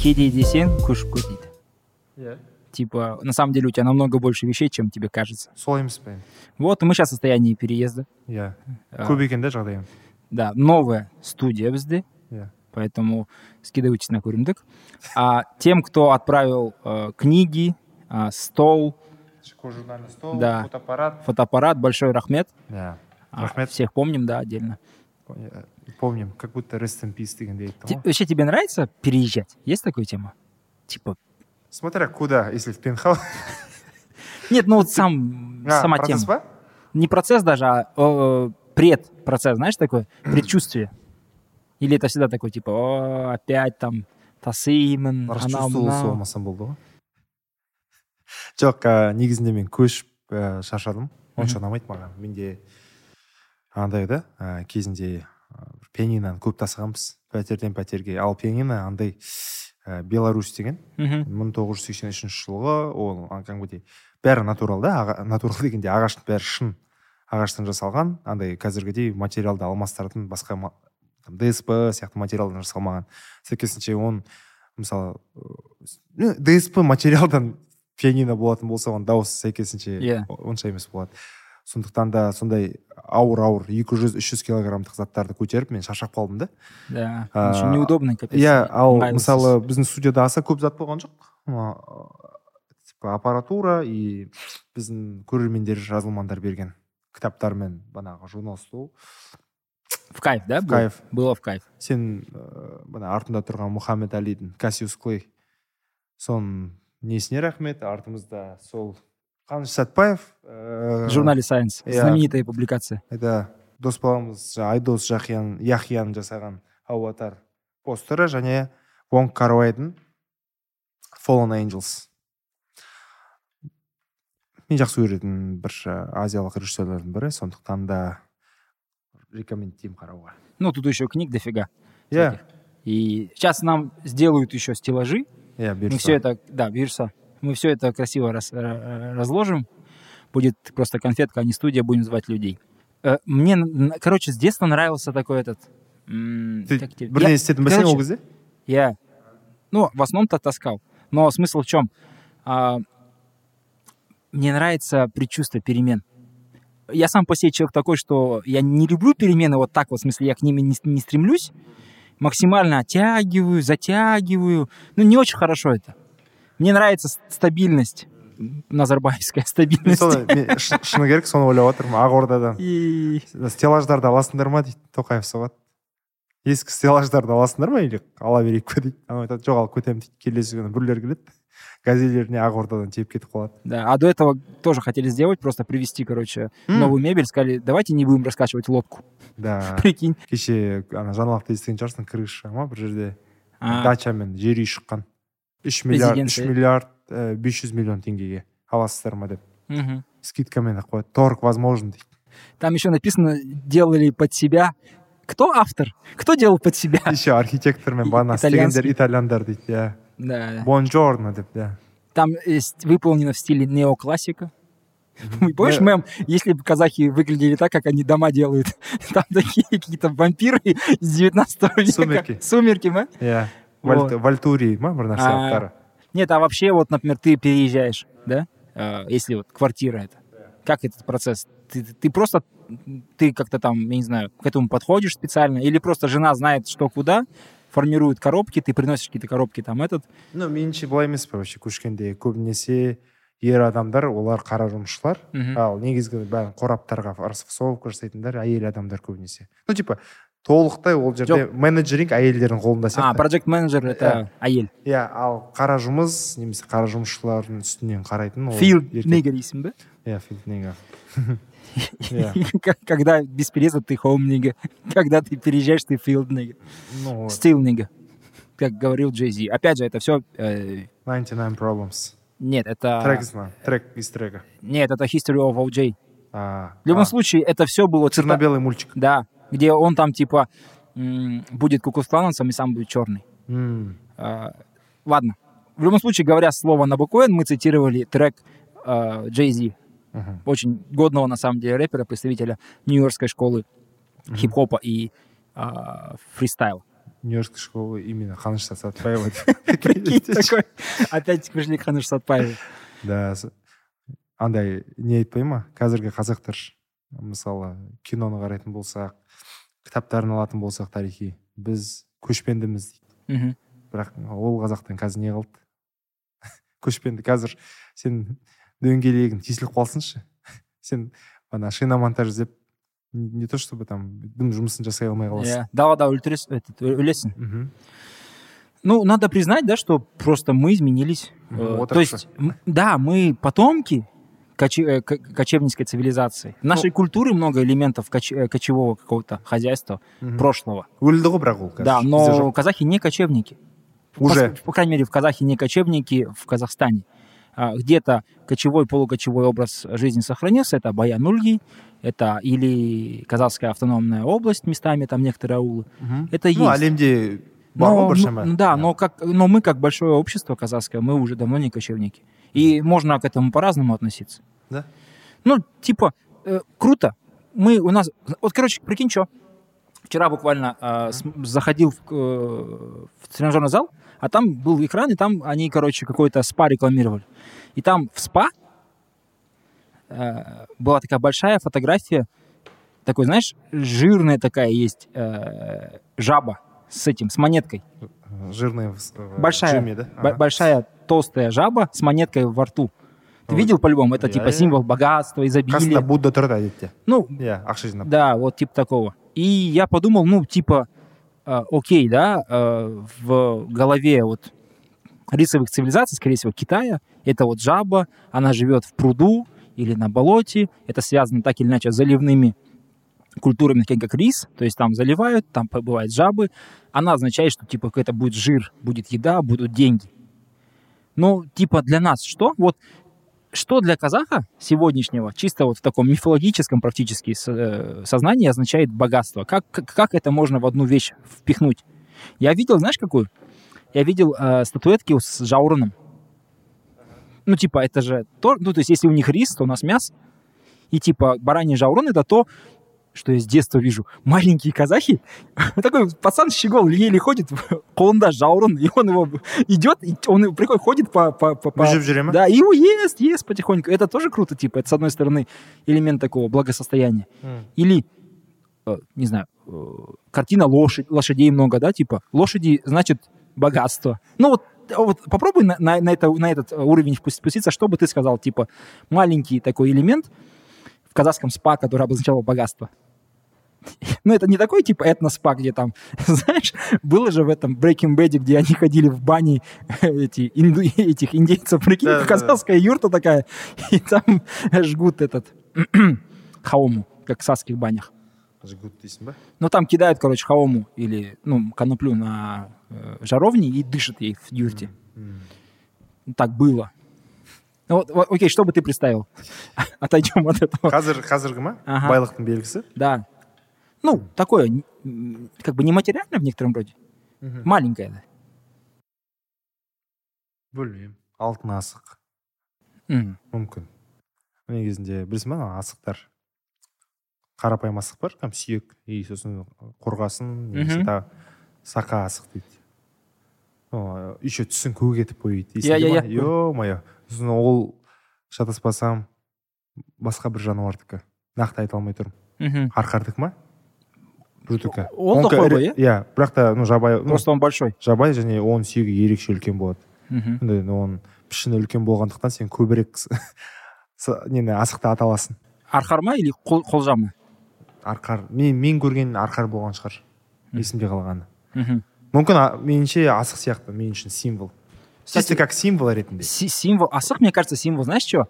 кедей десең көшіп көр дейді иә типа на самом деле у тебя намного больше вещей чем тебе кажется сол емес пе вот и мы сейчас в состоянии переезда иә А, көп екен да жағдайым да новая студия бізде иә поэтому скидывайтесь на көрімдік а тем кто отправил э, книги э, стол журнальный стол Да. фотоаппарат фотоаппарат большой рахмет иә А, Рахмет. всех помним да отдельно Э, помним как будто rest in peace дегендей айтты Те- ғой вообще тебе нравится переезжать есть такая тема типа смотря куда если в пентхаус нет ну вот сам А, сама процесс тема ба? не процесс даже, а э, предпроцесс, знаешь, такое предчувствие. Или это всегда такой, типа, «О, опять там тасыймын, анау, расчувствовался мынау». болмасам болды ғой жоқ ә, негізінде мен көшіп ә, шаршадым онша ұнамайды маған менде андай да ә, кезінде ә, бір пианиноны көп тасығанбыз пәтерден пәтерге ал пианино андай ә, беларусь деген Мгм. 1983 жылғы ол а, кәдімгідей бәрі натурал да аға- натурал дегенде ағаштың бәрі шын ағаштан жасалған андай қазіргідей материалды алмастыратын басқа ма- там, дсп сияқты материалдан жасалмаған сәйкесінше оның мысалы ы, с- ну, дсп материалдан пианино болатын болса оның дауысы сәйкесінше Иә. о- онша емес болады сондықтан да сондай ауыр ауыр 200-300 килограммдық заттарды көтеріп мен шаршап қалдым да Да, А, он ещё неудобный, капец. иә ал ыңғайлысыз. мысалы біздің студияда аса көп зат болған жоқ Мына, э, типа аппаратура и біздің көрермендер жазылмандар берген кітаптар мен банағы журнал стол В кайф, да? в был? кайф. Было в кайф. сен ыыы мына артында тұрған мұхаммед әлидің кассиус клей соның несіне рахмет артымызда сол қаныш сәтбаев э, В ыыы, журнале Science. А, Я- Знаменитая публикация. это дос баламыз жа- айдос жақиян яхиян жасаған ауатар постері және вонг карвайдың fallen angels мен жақсы көретін бір ә, азиялық режиссерлердің бірі сондықтан да рекомендеймін қарауға Ну, тут еще книг дофига. иә всяких. И сейчас нам сделают еще стеллажи. иә Мы все это, да, вируса. Мы все это красиво раз- э, э, разложим. Будет просто конфетка, а не студия, будем звать людей. Э, Мне, н- н- короче, с детства нравился такой этот... м, ты как тебе- бірдеңе Я- істейтін білсең ол короче, кезде Я, ну, в основном-то таскал. Но смысл в чем? А, мне нравится предчувствие перемен. Я сам по себе человек такой, что я не люблю перемены вот так вот, в смысле, я к ним не, с- не стремлюсь. Максимально оттягиваю, затягиваю. Ну, не очень хорошо это. Мне нравится с- стабильность. Назарбаевская мен стабильность. соны мен шын- шыны керек соны ойлап жатырмын ақордадан И- стеллаждарды аласыңдар ма дейді тоқаев соғады ескі стеллаждарды аласыңдар ма или ала берейік пе дейді анау айтады жоқ алып кетемін дейді келесі күні біреулер келеді газелеріне ақордадан тиеп кетіп қалады Да, а до этого тоже хотели сделать, просто привезти, короче, М. новую мебель. Сказали, давайте не будем раскачивать лодку. да Прикинь. кеше ана жаңалықты естіген шығарсың крыша ма бір жерде А. дача мен жер үй шыққан үш миллиард үш Резиденция. миллиард э, бес жүз миллион теңгеге аласыздар ма деп Мгм. скидкамен ақ қояды торг возможен дейді Там еще написано, делали под себя. Кто автор? Кто делал под себя? еще архитектор мен бағана Итальянский. істегендер итальяндар дейді иә Да. бонжорно деп иә Там э, с- выполнено в стиле неоклассика. Помнишь, мем, если бы казахи выглядели так, как они дома делают, там такие какие-то вампиры из 19 века. Сумерки. Сумерки, ма? иә Вот. Вальт- вальтурий ма бір нәрсе А. аттары Нет, а вообще, вот, например, ты переезжаешь, да? Э, Если вот квартира это. Как этот процесс? Ты, ты просто, ты как-то там, я не знаю, к этому подходишь специально? Или просто жена знает, что куда, формирует коробки, ты приносишь какие-то коробки, там этот, ну меніңше былай емес пе вообще көшкенде көбінесе ер адамдар олар қара жұмысшылар Мгм. ал негізгі бәрін қораптарға расфасовка жасайтындар әйел адамдар көбінесе ну типа толықтай ол жерде менеджеринг әйелдердің қолында А, сияқты проект менеджер это Айель. иә ал қара жұмыс немесе қара жұмысшылардың үстінен қарайтын ол Field еркек. nigger дейсің бе? иә field nigger. иә К- Когда без переезда ты home nigger. Когда ты переезжаешь, ты field nigger. ну вот, Still nigger. Как говорил Джей Зи. Опять же, это все... 99 problems нет, это... трек знаю, трек из трека Нет, это History of OJ. А, В любом а, случае, это все было... цита- черно-белый мультик Да, где он там типа м, будет кукусклановцем и сам будет черный. М. А, ладно. В любом случае, говоря слово Набокоин, мы цитировали трек Джей Зи, Мгм. очень годного на самом деле рэпера, представителя нью-йоркской школы хип-хопа и а, фристайла. нью йоркская школа именно ханыш сатпаева Прикинь, такой. Опять пришли к Ханыш Сатпаеву. да с- андай не айтпай ма қазіргі қазақтар мысалы киноны қарайтын болсақ кітаптарын алатын болсақ тарихи біз көшпендіміз дейді Мгм. бірақ ол қазақтан қазір не қалды көшпенді қазір сен дөңгелегің тесіліп қалсыншы сен ана шиномонтаж іздеп не то чтобы там дым жұмысын жасай алмай Иә, қаласың далада өлтіресің этот, э, ө- өлесің Мгм. ну надо признать да что просто мы изменились Мгм, Э, Ну, вот то это есть м, да мы потомки коче- э, ко- кочевнической цивилизации в Ну, нашей культуре много элементов коч- э, кочевого какого-то хозяйства Мгм. прошлого өлді ғой бірақ ол қазір да Бізде но жоқ. казахи не кочевники уже По, по крайней мере, в Казахе не кочевники, в Казахстане. А, Где-то кочевой, полукочевой образ жизни сохранился. Это Баянульги, это или Казахская автономная область местами, там некоторые аулы. Мгм. это ну есть. әлемде бар ғой ну, біршама ну, да, но, как, но мы, как большое общество казахское, мы уже давно не кочевники. И можно к этому по-разному относиться. Да. Ну, типа, э, круто. Мы у нас... Вот, короче, прикинь, что. Вчера буквально э, с- заходил в, к- э, в тренажерный зал, а там был экран, и там они, короче, какой-то спа рекламировали. И там в спа э, была такая большая фотография, такой, знаешь, жирная такая есть э, жаба с этим, с монеткой. жирные в, с- в Большая. джиме, да? Бо- Ага. большая толстая жаба с монеткой во рту. Ты Ой. видел по-любому? Это Я- типа я- символ богатства, изобилия. қасында будда тұрды әдетте Ну, иә ақша жинап да, вот типа такого. И я подумал, ну, типа, э, окей, да, э, в голове вот рисовых цивилизаций, скорее всего, Китая, это вот жаба, она живет в пруду или на болоте, это связано так или иначе с заливными культурами, такими как рис, то есть там заливают, там бывают жабы, она означает, что типа это будет жир, будет еда, будут деньги. Ну, типа для нас что? Вот что для казаха сегодняшнего, чисто вот в таком мифологическом практически с- э, сознании означает богатство? Как, как, как это можно в одну вещь впихнуть? Я видел, знаешь, какую? Я видел э, статуэтки с жаураном. Ну, типа, это же... То, ну, то есть, если у них рис, то у нас мясо. И, типа, бараний жаурон — это то, что я с детства вижу. Маленькие казахи, такой пацан щегол еле ходит, қолында жаурон, и он его идет, и он его приходит, ходит по... по, по- по- мүжіп жүре ма да, и его ест, ест потихоньку. Это тоже круто, типа, это, с одной стороны, элемент такого благосостояния. М. Или, э, не знаю, э, картина лошадь, лошадей много, да, типа, лошади значит богатство. Ну вот, э, вот попробуй на, на- на это, на этот э, уровень впу- спуститься, что бы ты сказал, типа, маленький такой элемент в казахском спа, который обозначал богатство. Ну, это не такой, типа, этно-спа, где там, знаешь, было же в этом Breaking Bad, где они ходили в бане эти, инду- этих индейцев, прикинь, Да, да, да. казахская юрта такая, и там жгут этот хаому, как в сасских банях. жигут дейсің ба Но там кидают, короче, хаому или, ну, коноплю на э, жаровне и дышат ей в юрте. М. Так было. Ну, вот, вот, окей, что бы ты представил? Отойдем от этого. қазір қазіргі ма Аха. байлықтың белгісі Да. Ну, такое, н- м, как бы нематериальное в некотором роде. Маленькое. да. білмеймін алтын асық Мгм. мүмкін негізінде білесің ба ана асықтар қарапайым асық бар там сүйек и сосын қорғасын немесе Мгм. тағы сақа асық дейді О, еще түсін көк етіп бояйды Иә, иә, иә. е мое сосын ол шатаспасам басқа бір жануардікі нақты айта алмай тұрмын Мгм. арқардікі ма бірдікі Ол да Онікі қой ірі- ғой, иә? иә бірақ та ну жабай ну, Просто он большой. жабай және оның сүйегі ерекше үлкен болады Мгм. енді оның пішіні үлкен болғандықтан сен көбірек с- с- нені асықты ата аласың Архарма или қол- қолжама? арқар мен мен көрген арқар болған шығар есімде қалғаны Мгм. мүмкін а- меніңше асық сияқты мен үшін символ чисто Кстати, как символ ретінде Си- символ. Асах, мне кажется, символ, знаешь что?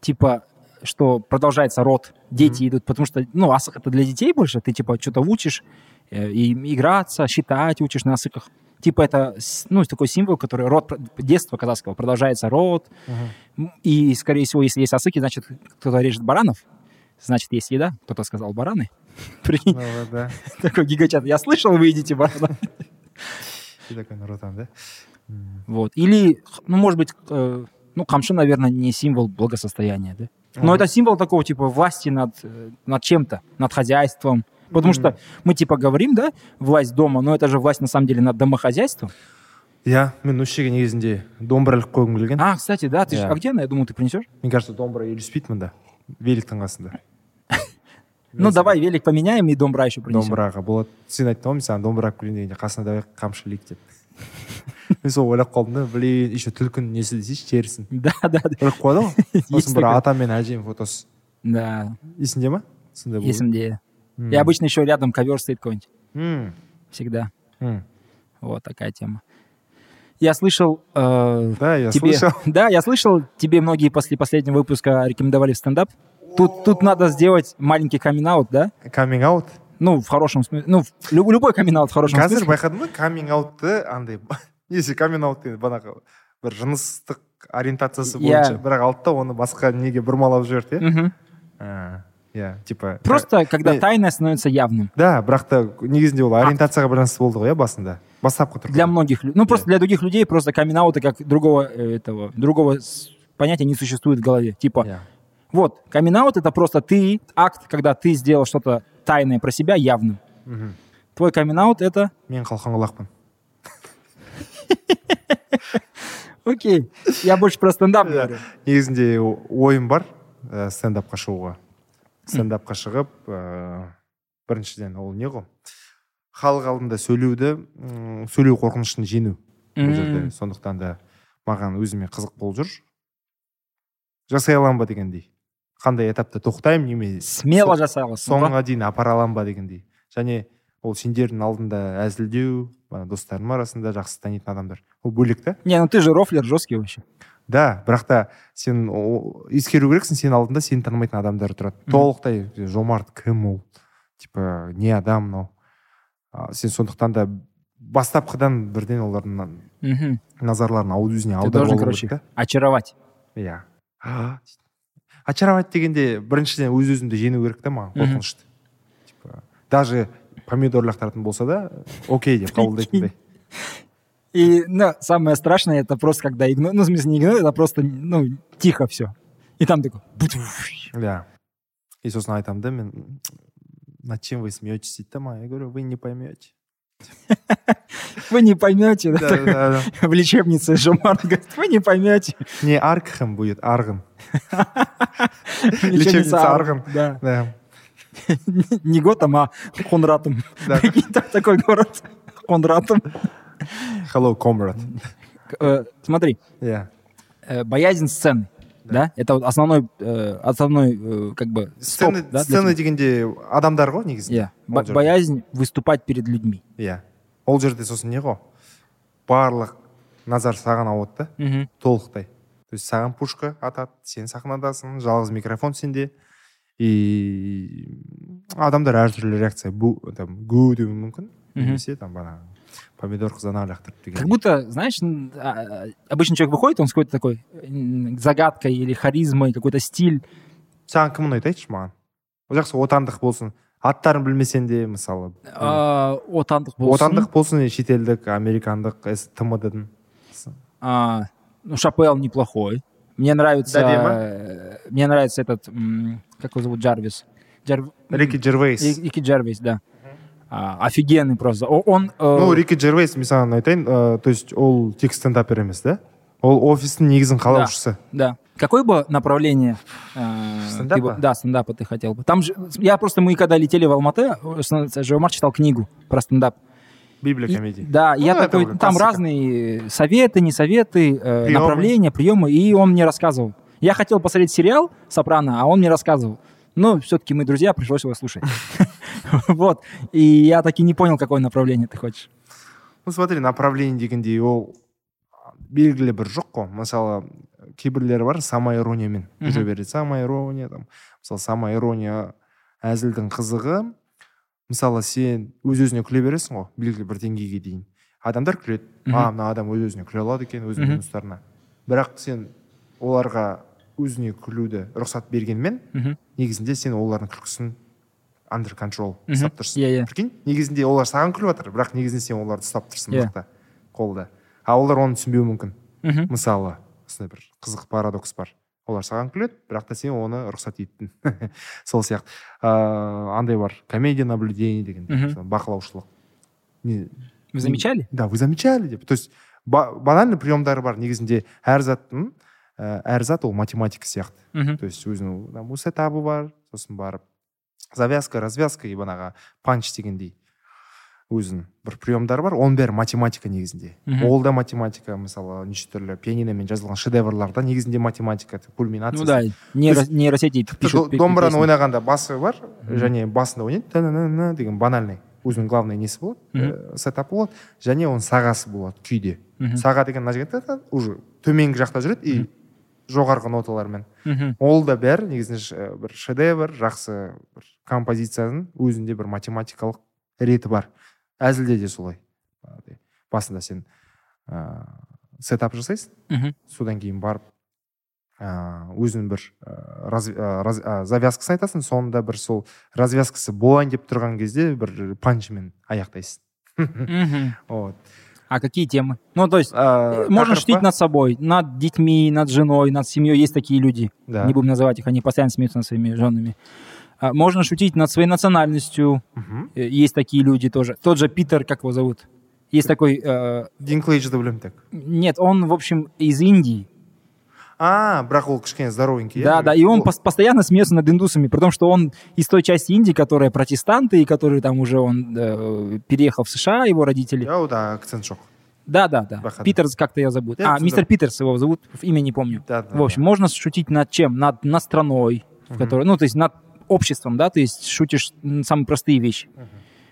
Типа, что продолжается род, дети идут, потому что, ну, асах это для детей больше, ты типа что-то учишь, э, и играться, считать учишь на асыках. Типа это, с- ну, такой символ, который род про- детства казахского, продолжается род, М, и, скорее всего, если есть асыки, значит, кто-то режет баранов, значит, есть еда, кто-то сказал бараны. Прикинь, Ну вот, да такой гигачат, я слышал, вы едите баранов. ты такой нұротан да М. Вот. Или, х- ну, может быть, э, ну, камши, наверное, не символ благосостояния, да? Но Мгм. это символ такого типа власти над, э, над чем-то, над хозяйством, Потому что мы типа говорим, да, власть дома, но это же власть на самом деле над домохозяйством. иә мен осы жерге негізінде домбыра іліп қойғым келген А, кстати, да, ты же, Да. а где она? Я думал, ты принесешь. мне кажется домбыра үйлеспейді мында великтің қасында Ну, давай велик поменяем и домбра еще принесем. домбыраға болады сен айтты ғой мен саған домбыра алып келейін дегенде қасына давай қамшы ілейік деп мен сол ойлап қалдым да блин еще түлкінің несі десейші терісін Да, да, да. іліп қояды ғой сосын бір такое. атам мен әжем фотосы Да, есіңде ма сондай болды есімде. М. И обычно еще рядом ковер стоит какой-нибудь. М, Всегда. м. Вот такая тема. Я слышал... э, да я тебе... слышал Да, я слышал, тебе многие после последнего выпуска рекомендовали в стендап. Тут, тут надо сделать маленький камин да? каминг аут Ну, в хорошем смысле. Ну, в лю- любой камин в хорошем қазір смысле. байқадым да каминг аутты андай несі каминг аут деген банағы бір жыныстық ориентациясы Иә. бойынша бірақ алды да оны басқа неге бұрмалап жіберді иә Мгм. А, иә типа Просто, когда не- тайное становится явным. да бірақ та негізінде ол ориентацияға байланысты болды ғой иә басында бастапқы түрде Для многих людей. Ну, просто для других людей просто камин как другого э, этого, другого с- понятия не существует в голове. Типа, Иә. вот, камин это просто ты, акт, когда ты сделал что-то тайное про себя явным. Мгм. Твой камин это... мен қалқан құлақпын Окей, я больше про стендап говорю. негізінде о- ойым бар ә, стендапқа шығуға стендапқа шығып ә, біріншіден ол не ғой халық алдында сөйлеуді м, сөйлеу қорқынышын жеңу бұл жерде М. сондықтан да маған өзіме қызық болып жүр жасай аламын ба дегендей қандай этапта тоқтаймын немесе Смело жасалось. соңына дейін апара аламын ба дегендей және ол сендердің алдында әзілдеу ы, достарым арасында жақсы танитын адамдар ол бөлек та Не, ну ты же рофлер жесткий вообще. да бірақ та сен о- ескеру керексің сенің алдында сені танымайтын адамдар тұрады Мгм. толықтай жомарт кім ол типа не адам мынау А, сен сондықтан да бастапқыдан бірден олардың Мгм. назарларын ауыз өзіне Ты аударып должен, алу керек короче, та очаровать. иә А, дейді. очаровать дегенде біріншіден өз өзімді жеңу керек та маған Мгм. қорқынышты типа даже помидор лақтыратын болса да окей деп қабылдайтындай И ну, самое страшное, это просто когда игно... Ну, в смысле, не игно, это просто, ну, тихо все. И там такой... бутуф. иә и сосын айтамын да мен «М, над чем вы смеетесь дейді да маған я говорю вы не поймете Вы не поймете. Да, да, да, да. В лечебнице Жомар говорит, вы не поймете. не аргхем будет арғын Лечебница Арган. Да. да Не Готом, а Хонратом. Да. Прикинь, там такой город. Хонратом. hello comrade Э, Смотри, иә э, боязнь сцены. Да, это вот основной, э, основной, э, как бы, стоп, сцена да, для сцена тебя? Иә. дегенде адамдар ғой негізінде Я. Бо- Ол жерде. боязнь выступать перед людьми. иә ол жерде сосын не ғой барлық назар саған ауады да толықтай то есть саған пушка атады сен сахнадасың жалғыз микрофон сенде и адамдар әртүрлі реакция бу там гу деуі мүмкін Мгм. немесе там бағанағы помидор қызана лақтырып Как деген будто, знаешь, н- а, а, обычно человек выходит, он с какой-то такой м, загадкой или харизмой, какой-то стиль. саған кім ұнайды айтшы маған жақсы отандық болсын аттарын білмесең де мысалы А, отандық болсын. отандық болсын и шетелдік американдық э, эс- тмд дің А, ну, Шапел неплохой. Мне нравится... Да, Дима? э, Мне нравится этот... м, Как его зовут? Джарвис. Джар- рики Ри- джервейс Рики Джарвис, да. А, Офигенный просто. О- Он... э, ну рики джервейс мен саған айтайын э, то есть ол тек стендапер емес да ол офистің негізін қалаушысы Да. Какое бы направление э, ты Стендапа? бы- да, стендапа ты хотел бы? Там же, я просто, мы когда летели в Алматы, э, с- Жомар читал книгу про стендап. библия И- комедия да, и я Ну, это такой, уже там классика. разные э, советы, не советы, э, Приемы. направления, приемы, и он мне рассказывал. Я хотел посмотреть сериал «Сопрано», а он мне рассказывал. Но все-таки мы друзья, пришлось его слушать. Вот. И я таки не понял, какое направление ты хочешь. ну смотри направление дегендей ол белгілі бір жоқ қой мысалы кейбірлері бар самоирониямен Мгм. жүре береді самоирония там мысалы самоирония әзілдің қызығы мысалы сен өз өзіне күле бересің ғой белгілі бір деңгейге дейін адамдар күледі Мгм. а мына адам өз өзіне күле алады екен өзінің Мгм. минустарына бірақ сен оларға өзіне күлуді рұқсат бергенмен Мгм. негізінде сен олардың күлкісін under control Мгм. ұстап тұрсың Иә, иә. прикинь негізінде олар саған күліп жатыр бірақ негізінде сен оларды ұстап тұрсың Иә. мықты қолда а олар оны түсінбеуі мүмкін Мгм. мысалы осындай бір қызық парадокс бар олар саған күледі бірақ та сен оны рұқсат еттің сол сияқты ыыы андай бар комедия наблюдений деген Мгм. сол бақылаушылық Не- Вы замечали? да вы замечали деп то есть ба- банальный приемдары бар негізінде әр заттың ә, әр зат ол математика сияқты Мгм. Ну то есть өзінің там өс этабы бар сосын барып завязка развязка и банағы панч дегендей өзінің бір приемдары бар оның бәрі математика негізінде Мгм. ол да математика мысалы неше түрлі пианиномен жазылған шедеврлар да негізінде математика Ну кульминация да, нейро- есть- нейросети Тіпті пишут до- пе- домбыраны песни. ойнағанда басы бар Мгм. және басында ойнайды «Та-на-на-на» деген банальный өзінің главный несі болады Мгм. ә, сетап болады және оның сағасы болады күйде Мгм. саға деген мына жерге та-та, уже төменгі жақта жүреді и жоғарғы ноталармен Мгм. ол да бәрі негізінде ш- ә, бір шедевр жақсы бір композицияның өзінде бір математикалық реті бар әзілде де солай Бағанадай, басында сен ыыы сетап жасайсың Мгм. содан кейін барып ыыы өзінің бір ыыы раз- ыыы, раз- ыыы, завязкасын айтасың соңында бір сол развязкасы болайын деп тұрған кезде бір панчмен аяқтайсың Мгм. вот А какие темы? Ну, то есть, э, Э, можно тақырып шутить па? над собой, над детьми, над женой, над семьей. Есть такие люди. Да. Не будем называть их, они постоянно смеются над своими женами. А, Можно шутить над своей национальностью. Мгм. Э, Есть такие люди тоже. Тот же Питер, как его зовут? Есть такой... э, дин клейджді білемін тек Нет, он, в общем, из Индии. а бірақ ол кішкене здоровенький иә? Да, да, и он Ол- пос- постоянно смеется над индусами, при том, что он из той части Индии, которая протестанты, и который там уже он э, переехал в США, его родители. иә ода акцент жоқ Да, да, да. Бахадыр. Питерс как-то я забыл. а, Я забыл. мистер Питерс его зовут, в- имя не помню. Да, да, в общем, можно шутить над чем? Над, над страной, в которой, ну, то есть над обществом, да, то есть шутишь м, самые простые вещи.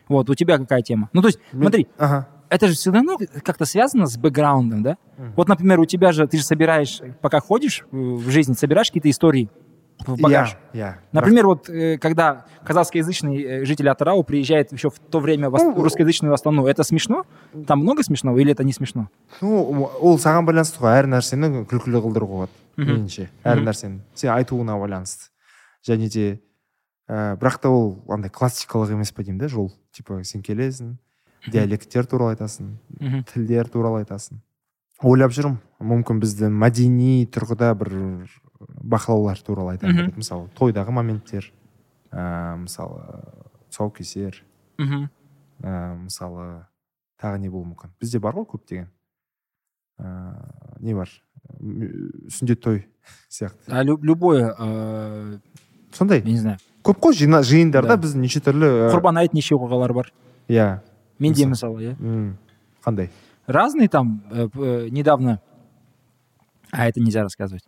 Вот, у тебя какая тема? Ну, то есть, Мен- смотри, Ага. это же все равно как-то связано с бэкграундом, да? Вот, например, у тебя же, ты же собираешь, пока ходишь э, в жизни, собираешь какие-то истории в багаж. Иә, иә. Например, вот э, когда казахскоязычный э, житель Атырау приезжает еще в то время в Ас- Ну, русскоязычную Астану, это смешно? Там много смешного или это не смешно? Бірақ, ну ол саған байланысты ғой әр нәрсені күлкілі қылдыруға болады Мгм. меніңше әр Мгм. нәрсені сен айтуына байланысты және де ә, бірақ та ол андай классикалық емес па деймін да жол типа сен келесің диалекттер туралы айтасың Мгм. тілдер туралы айтасың ойлап жүрмін мүмкін бізді мәдени тұрғыда бір бақылаулар туралы айта Мгм. кетеді. мысалы тойдағы моменттер ә, мысалы тұсаукесер Мгм. ә, мысалы тағы не болуы мүмкін бізде бар ғой көптеген ә, не бар М, сүндет той сияқты А лю- любое, э, сондай я не знаю, көп қой жина- Да. жиындарда біз неше түрлі ә, құрбан айт неше оқиғалар бар. иә Менде Мысалы. мысалы, иә. м, қандай Разные там, э, п- э, недавно, а это нельзя рассказывать.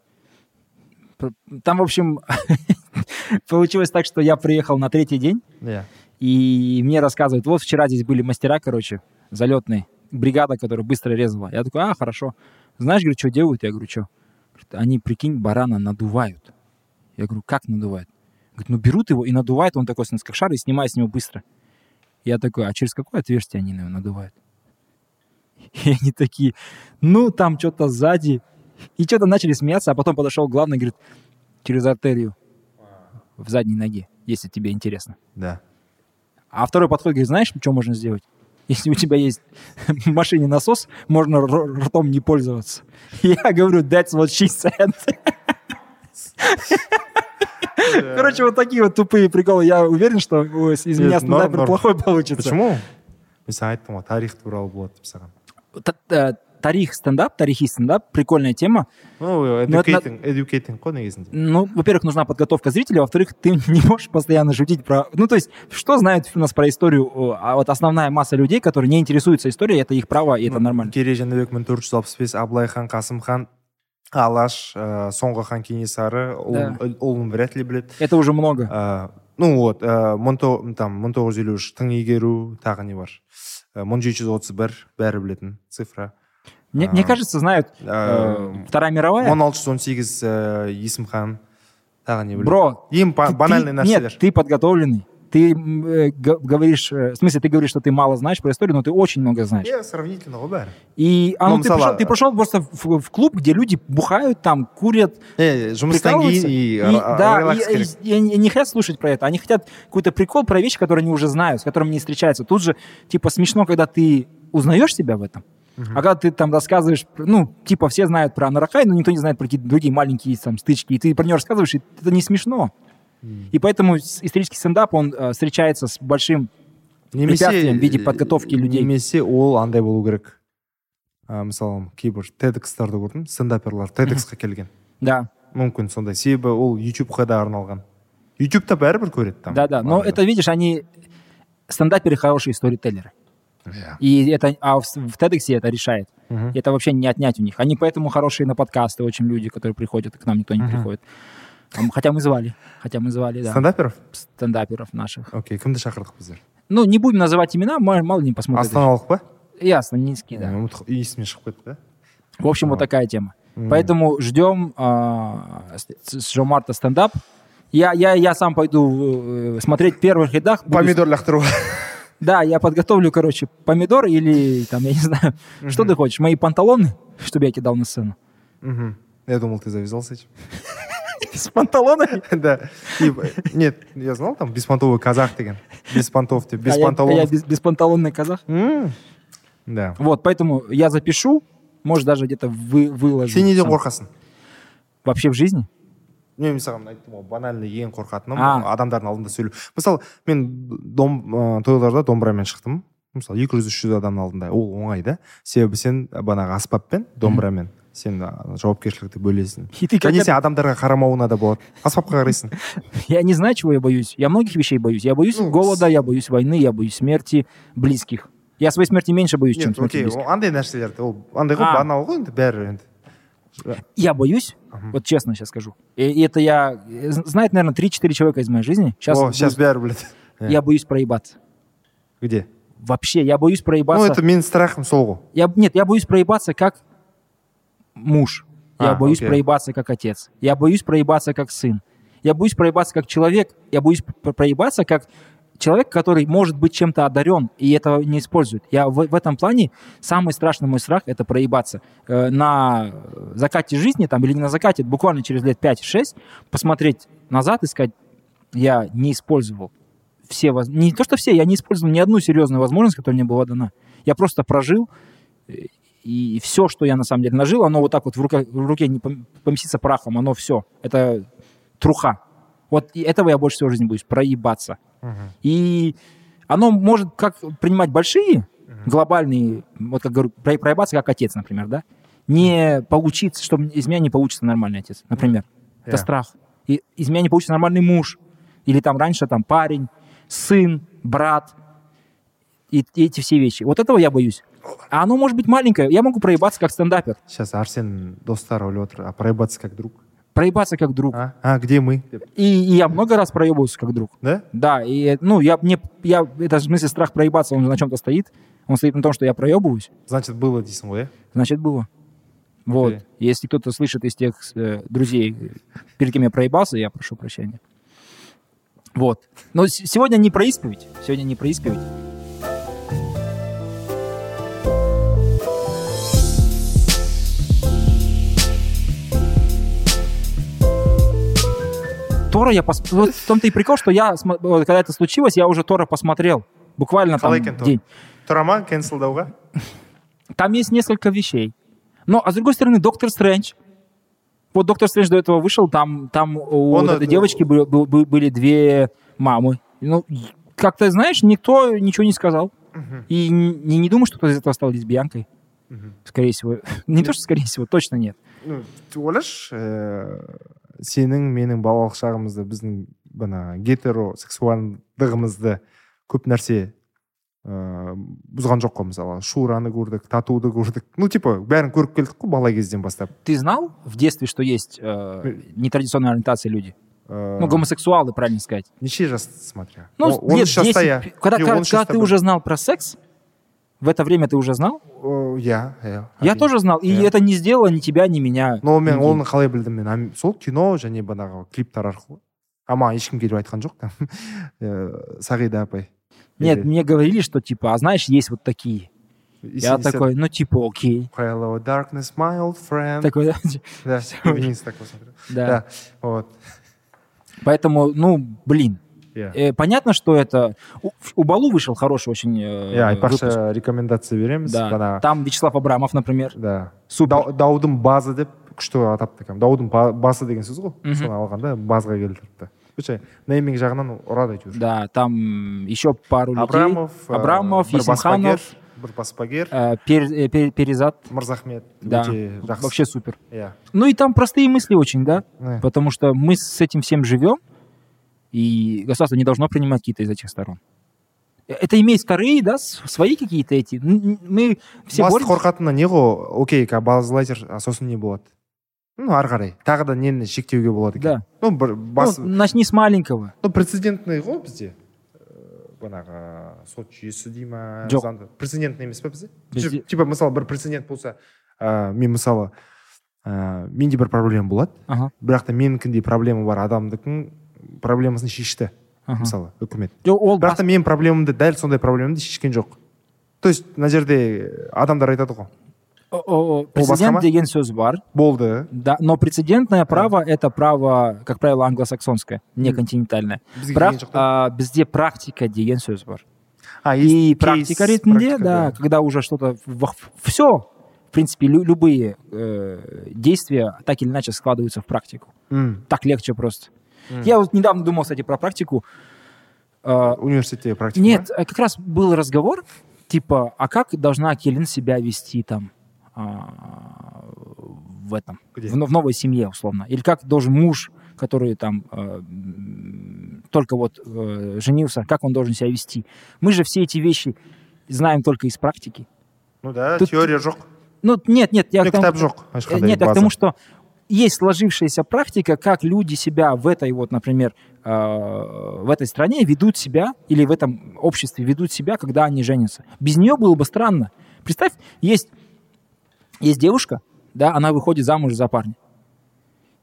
Пр- Там, в общем, получилось так, что я приехал на третий день, иә И мне рассказывают, вот вчера здесь были мастера, короче, залетные, бригада, которая быстро резала. Я такой, а, хорошо. Знаешь, говорю, что делают? Я говорю, что? Они, прикинь, барана надувают. Я говорю, как надувают? Говорит, ну берут его и надувают, он такой, становится как шар, и снимают с него быстро. Я такой, а через какое отверстие они его надувают? И они такие, ну, там что-то сзади. И что-то начали смеяться, а потом подошел главный, говорит, через артерию в задней ноге, если тебе интересно. да А второй подход говорит, знаешь, что можно сделать? Если у тебя есть в машине насос, можно р- ртом не пользоваться. Я говорю, that's what she said. Короче, вот такие вот тупые приколы. Я уверен, что ой, из меня Нет, норм, стендапер норм. плохой получится. почему мен саған айттым ғой тарих туралы болады деп саған Т- э, Тарих стендап, тарихи стендап, прикольная тема. ну Но э, это на- educating educating қой негізінде Ну, во-первых, нужна подготовка зрителя, во-вторых, ты не можешь постоянно шутить про... Ну, то есть, что знают у нас про историю? О, А вот основная масса людей, которые не интересуются историей, это их право, и это Ну, нормально. керей жәнібек мың төрт жүз алпыс бес абылай хан қасым хан алаш ә, соңғы хан кенесары ұлын, ұлын вряд ли біледі Это уже много. Ә, ну вот ә, мың то- там мың тоғыз жүз елу үш тың игеру тағы не бар Ә, мың жеті жүз отыз бір бәрі білетін цифра Мне, А. мне кажется, знают э, Эм, Вторая мировая. он алты жүз он сегіз ә, есім хан тағы не біледі Бро, ең ба- ты- банальный ты- нәрселер Нет, ты подготовленный. Ты м, э, г- говоришь, э, в смысле, ты говоришь, что ты мало знаешь про историю, но ты очень много знаешь. Е, сравнительно ғой бәрі И а, Ну, ну, ты, мысалы, пришел, ты пришел просто в, в клуб, где люди бухают, там курят, Е, Э, жұмыстан кейін прикалываются. Ну, и, И- ра- ра- а, да, и- релакс и- керек и они не хотят слушать про это. Они хотят какой-то прикол про вещи, которые они уже знают, с которыми не встречаются. Тут же, типа, смешно, когда ты узнаешь себя в этом. А когда ты там рассказываешь, про- ну, типа все знают про Наракай, но никто не знает про какие-то другие маленькие там стычки, и ты про него рассказываешь, и это не смешно. И поэтому с- исторический стендап, он э, встречается с большим препятствием в виде подготовки людей. э, немесе ол андай болу керек а, мысалы кейбір тедекстарды көрдім стендаперлар тедексқа келген Да, мүмкін сондай себебі ол ютубқа да арналған ютубта бәрібір көреді там да, да. Но адамдар. это, видишь, они стендаперы хорошие сторителлеры. Иә. И это, а в, в TEDx это решает. Мгм. Это вообще не отнять у них. Они поэтому хорошие на подкасты очень люди, которые приходят, к нам никто не Мгм. приходит. Там, хотя мы звали, хотя мы звали, да, стендаперов стендаперов наших. окей кімді шақырдық біздер Ну, не будем называть имена, ма- мало ли не посмотрят. астаналық па Ясно, низкие, да. Мен ұмытып- есімнен шығып кетті да В общем, вот Вот. такая тема. Мгм. Поэтому ждем а, с, с Жо Марта стендап. Я, я, я сам пойду э, смотреть в первых рядах. буду- помидор лақтыруға Да, я подготовлю, короче, помидор или там, я не знаю, что ты хочешь, мои панталоны, чтобы я кидал на сцену. Мгм. я думал ты завязался этим С панталонами? да И, нет я знал там беспонтовый казах деген без понтов деп без А я- Я, панталонов без- беспанталонный казах. М. да Вот, поэтому я запишу, может, даже где-то вы, выложу. сен неден сам. қорқасың Вообще в жизни? мен мен саған айттым ғой банально ең қорқатыным А. адамдардың алдында сөйлеу мысалы мен дом ы, тойларда домбырамен шықтым мысалы екі жүз үш жүз адамның алдында ол оңай да себебі сен банағы аспаппен домбырамен сен ы, жауапкершілікті бөлесің И ты как және это- сен адамдарға қарамауына да болады аспапқа қарайсың Я не знаю, чего я боюсь. Я многих вещей боюсь. Я боюсь Ну, голода, я боюсь войны, я боюсь смерти близких. Я своей смерти меньше боюсь, чем Нет, смерти окей близких. ол андай нәрселерді ол андай ғой А. банал ғой енді бәрі енді Я боюсь, Мгм. вот честно сейчас скажу. И, и это я... э, з- Знает, наверное, 3-4 человека из моей жизни. Сейчас, о сейчас бәрі біледі иә. я боюсь проебаться. где Вообще, я боюсь ну проебаться. это менің страхым сол ғой Я, нет, я боюсь проебаться как муж. Я А, боюсь окей. проебаться как отец. Я боюсь проебаться как сын. Я боюсь проебаться как человек. Я боюсь п- проебаться как человек, который может быть чем-то одарен и этого не использует. Я в, в этом плане самый страшный мой страх это проебаться. Э, на закате жизни там или не на закате, буквально через лет 5-6 посмотреть назад и сказать, я не использовал все воз- не то что все, я не использовал ни одну серьезную возможность, которая мне была дана. Я просто прожил э, и все, что я на самом деле нажил, оно вот так вот в, рука- в руке не пом- поместится прахом, оно все. Это труха. Вот и этого я больше всего в жизни боюсь, проебаться. Мгм. И оно может как принимать большие, глобальные, вот как говорю, про- проебаться как отец, например, да? Не получится, чтобы из меня не получится нормальный отец, например. Это Я. страх. И из меня не получится нормальный муж. Или там раньше там парень, сын, брат. И, и эти все вещи. Вот этого я боюсь. А оно может быть маленькое. Я могу проебаться как стендапер. сейчас арсен достары ойлап отыр а проебаться как друг Проебаться как друг. а, а где мы деп И, и я много раз проебывался как друг. да Да, и э, ну я мне я это в смысле страх проебаться, он на чем-то стоит. Он стоит на том, что я проебываюсь. значит было дейсің ғой иә Значит, было. Вот. Окей. Если кто-то слышит из тех э, друзей, э, перед кем я проебался, я прошу прощения. Вот. Но с- сегодня не про исповедь. Сегодня не про исповедь. Тора я пос... вот в том-то и прикол, что я, смо- вот когда это случилось, я уже Тора посмотрел. Буквально там қалай екен день. тұр тұра ма кэнселдауға Там есть несколько вещей. Но, а с другой стороны, Доктор Стрэндж. Вот Доктор Стрэндж до этого вышел, там, там у Он вот этой это- девочки были, был- был- были две мамы. Ну, как ты знаешь, никто ничего не сказал. И не, не думаю, что кто-то из этого стал лесбиянкой. Мгм. Скорее всего. Не то, что скорее всего, точно нет. ну ойлашы ііі сенің менің балалық шағымызда біздің бана гетеросексуалдығымызды көп нәрсе ыыы бұзған жоқ қой мысалы шураны көрдік татуды көрдік ну типа бәрін көріп келдік қой бала кезден бастап Ты знал в детстве, что есть э, нетрадиционной ориентации люди? Ыыы, Ну, гомосексуалы, правильно сказать. Э, неше жас смотря Ну, А. О- он лет үш жаста 10, иә Когда, Е, когда- он үш когда жаста ты бір- уже знал про секс, в это время ты уже знал? О, иә иә Я әрине. тоже знал. И Иә. это не сделало ни тебя, ни меня. Э. но мен Мгм. оны қалай білдім мен Ам- сол кино және банағы клиптар арқылы а маған ешкім келіп айтқан жоқ там ыыы сағида апай Нет, Или- мне говорили, что типа, а знаешь, есть вот такие. Я Есенин такой, ну типа, окей. Hello, darkness, my old friend. Такой, типа, да, вниз так вот смотрю. да. Да, вот. Поэтому, ну, блин, иә Э, понятно, что это... У, у Балу вышел хороший очень э, иә айтпақшы выпуск. рекомендация береміз Да. бағанағы Там Вячеслав Абрамов, например. да Супер. Дау- даудың базы деп күшті атапты екен даудың ба- базы деген сөз ғой Мгм. соны алғанда базға келтіріпті вообще нейминг жағынан ұрады әйтеуір Да, там еще пару людей. абрамов э, Абрамов, бір баспагер Есімханов, бір баспагер э, Пер- э, Пер- Перизат. мырзахмет Да, өте жақсы вообще супер. иә Ну и там простые мысли очень, да? Э. Потому что мы с этим всем живем, и государство не должно принимать какие-то из этих сторон. Э, Это имеет вторые, да, с- свои какие-то эти. Н- н- Мы все басты боремся. қорқатыны не ғой окей ка- базлайтер а сосын не болады ну ары қарай тағы да нені шектеуге болады екен Да. ну бір бас Ну, начни с маленького. ну прецедентный ғой бізде Э, жаңағы сот жүйесі дей ма Жоқ. заңды прецедентный емес пе бізде Бізде- Тип- типа мысалы бір прецедент болса ә, мен мысалы ә, менде бір проблема болады Ага, бірақ та менікіндей проблема бар адамдыкін проблемасын шешті ага. мысалы үкімет Жоқ, ол бірақ бас- та менің проблемамды дәл сондай проблемамды шешкен жоқ то есть мына жерде э, адамдар айтады ғой о- о- о, басқама? прецедент деген сөз бар. болды Да, но прецедентное право это право, как правило, англосаксонское, не Мгм. континентальное. бізге Бірақ келген жоқ та? а, бізде практика деген сөз бар. а, есть И кейс, практика ретінде, практика, да, когда уже что-то все, в принципе, лю- любые э, действия так или иначе складываются в практику. М, Так легче просто. Мгм. Я вот недавно думал, кстати, про практику. Э, университетте практика нет, ма? э, как раз был разговор, типа, а как должна Келин себя вести там а, в этом, Где? в, но- в новой семье, условно? Или как должен муж, который там э, м, только вот э, женился, как он должен себя вести? Мы же все эти вещи знаем только из практики. ну да Тут- теория жоқ Ну, нет, нет, я Ну, к тому- кітап жоқ Э, ешқандай Нет, я к база. тому, что есть сложившаяся практика, как люди себя в этой вот, например, э, в этой стране ведут себя или в этом обществе ведут себя, когда они женятся. Без нее было бы странно. Представь, есть, есть девушка, да, она выходит замуж за парня.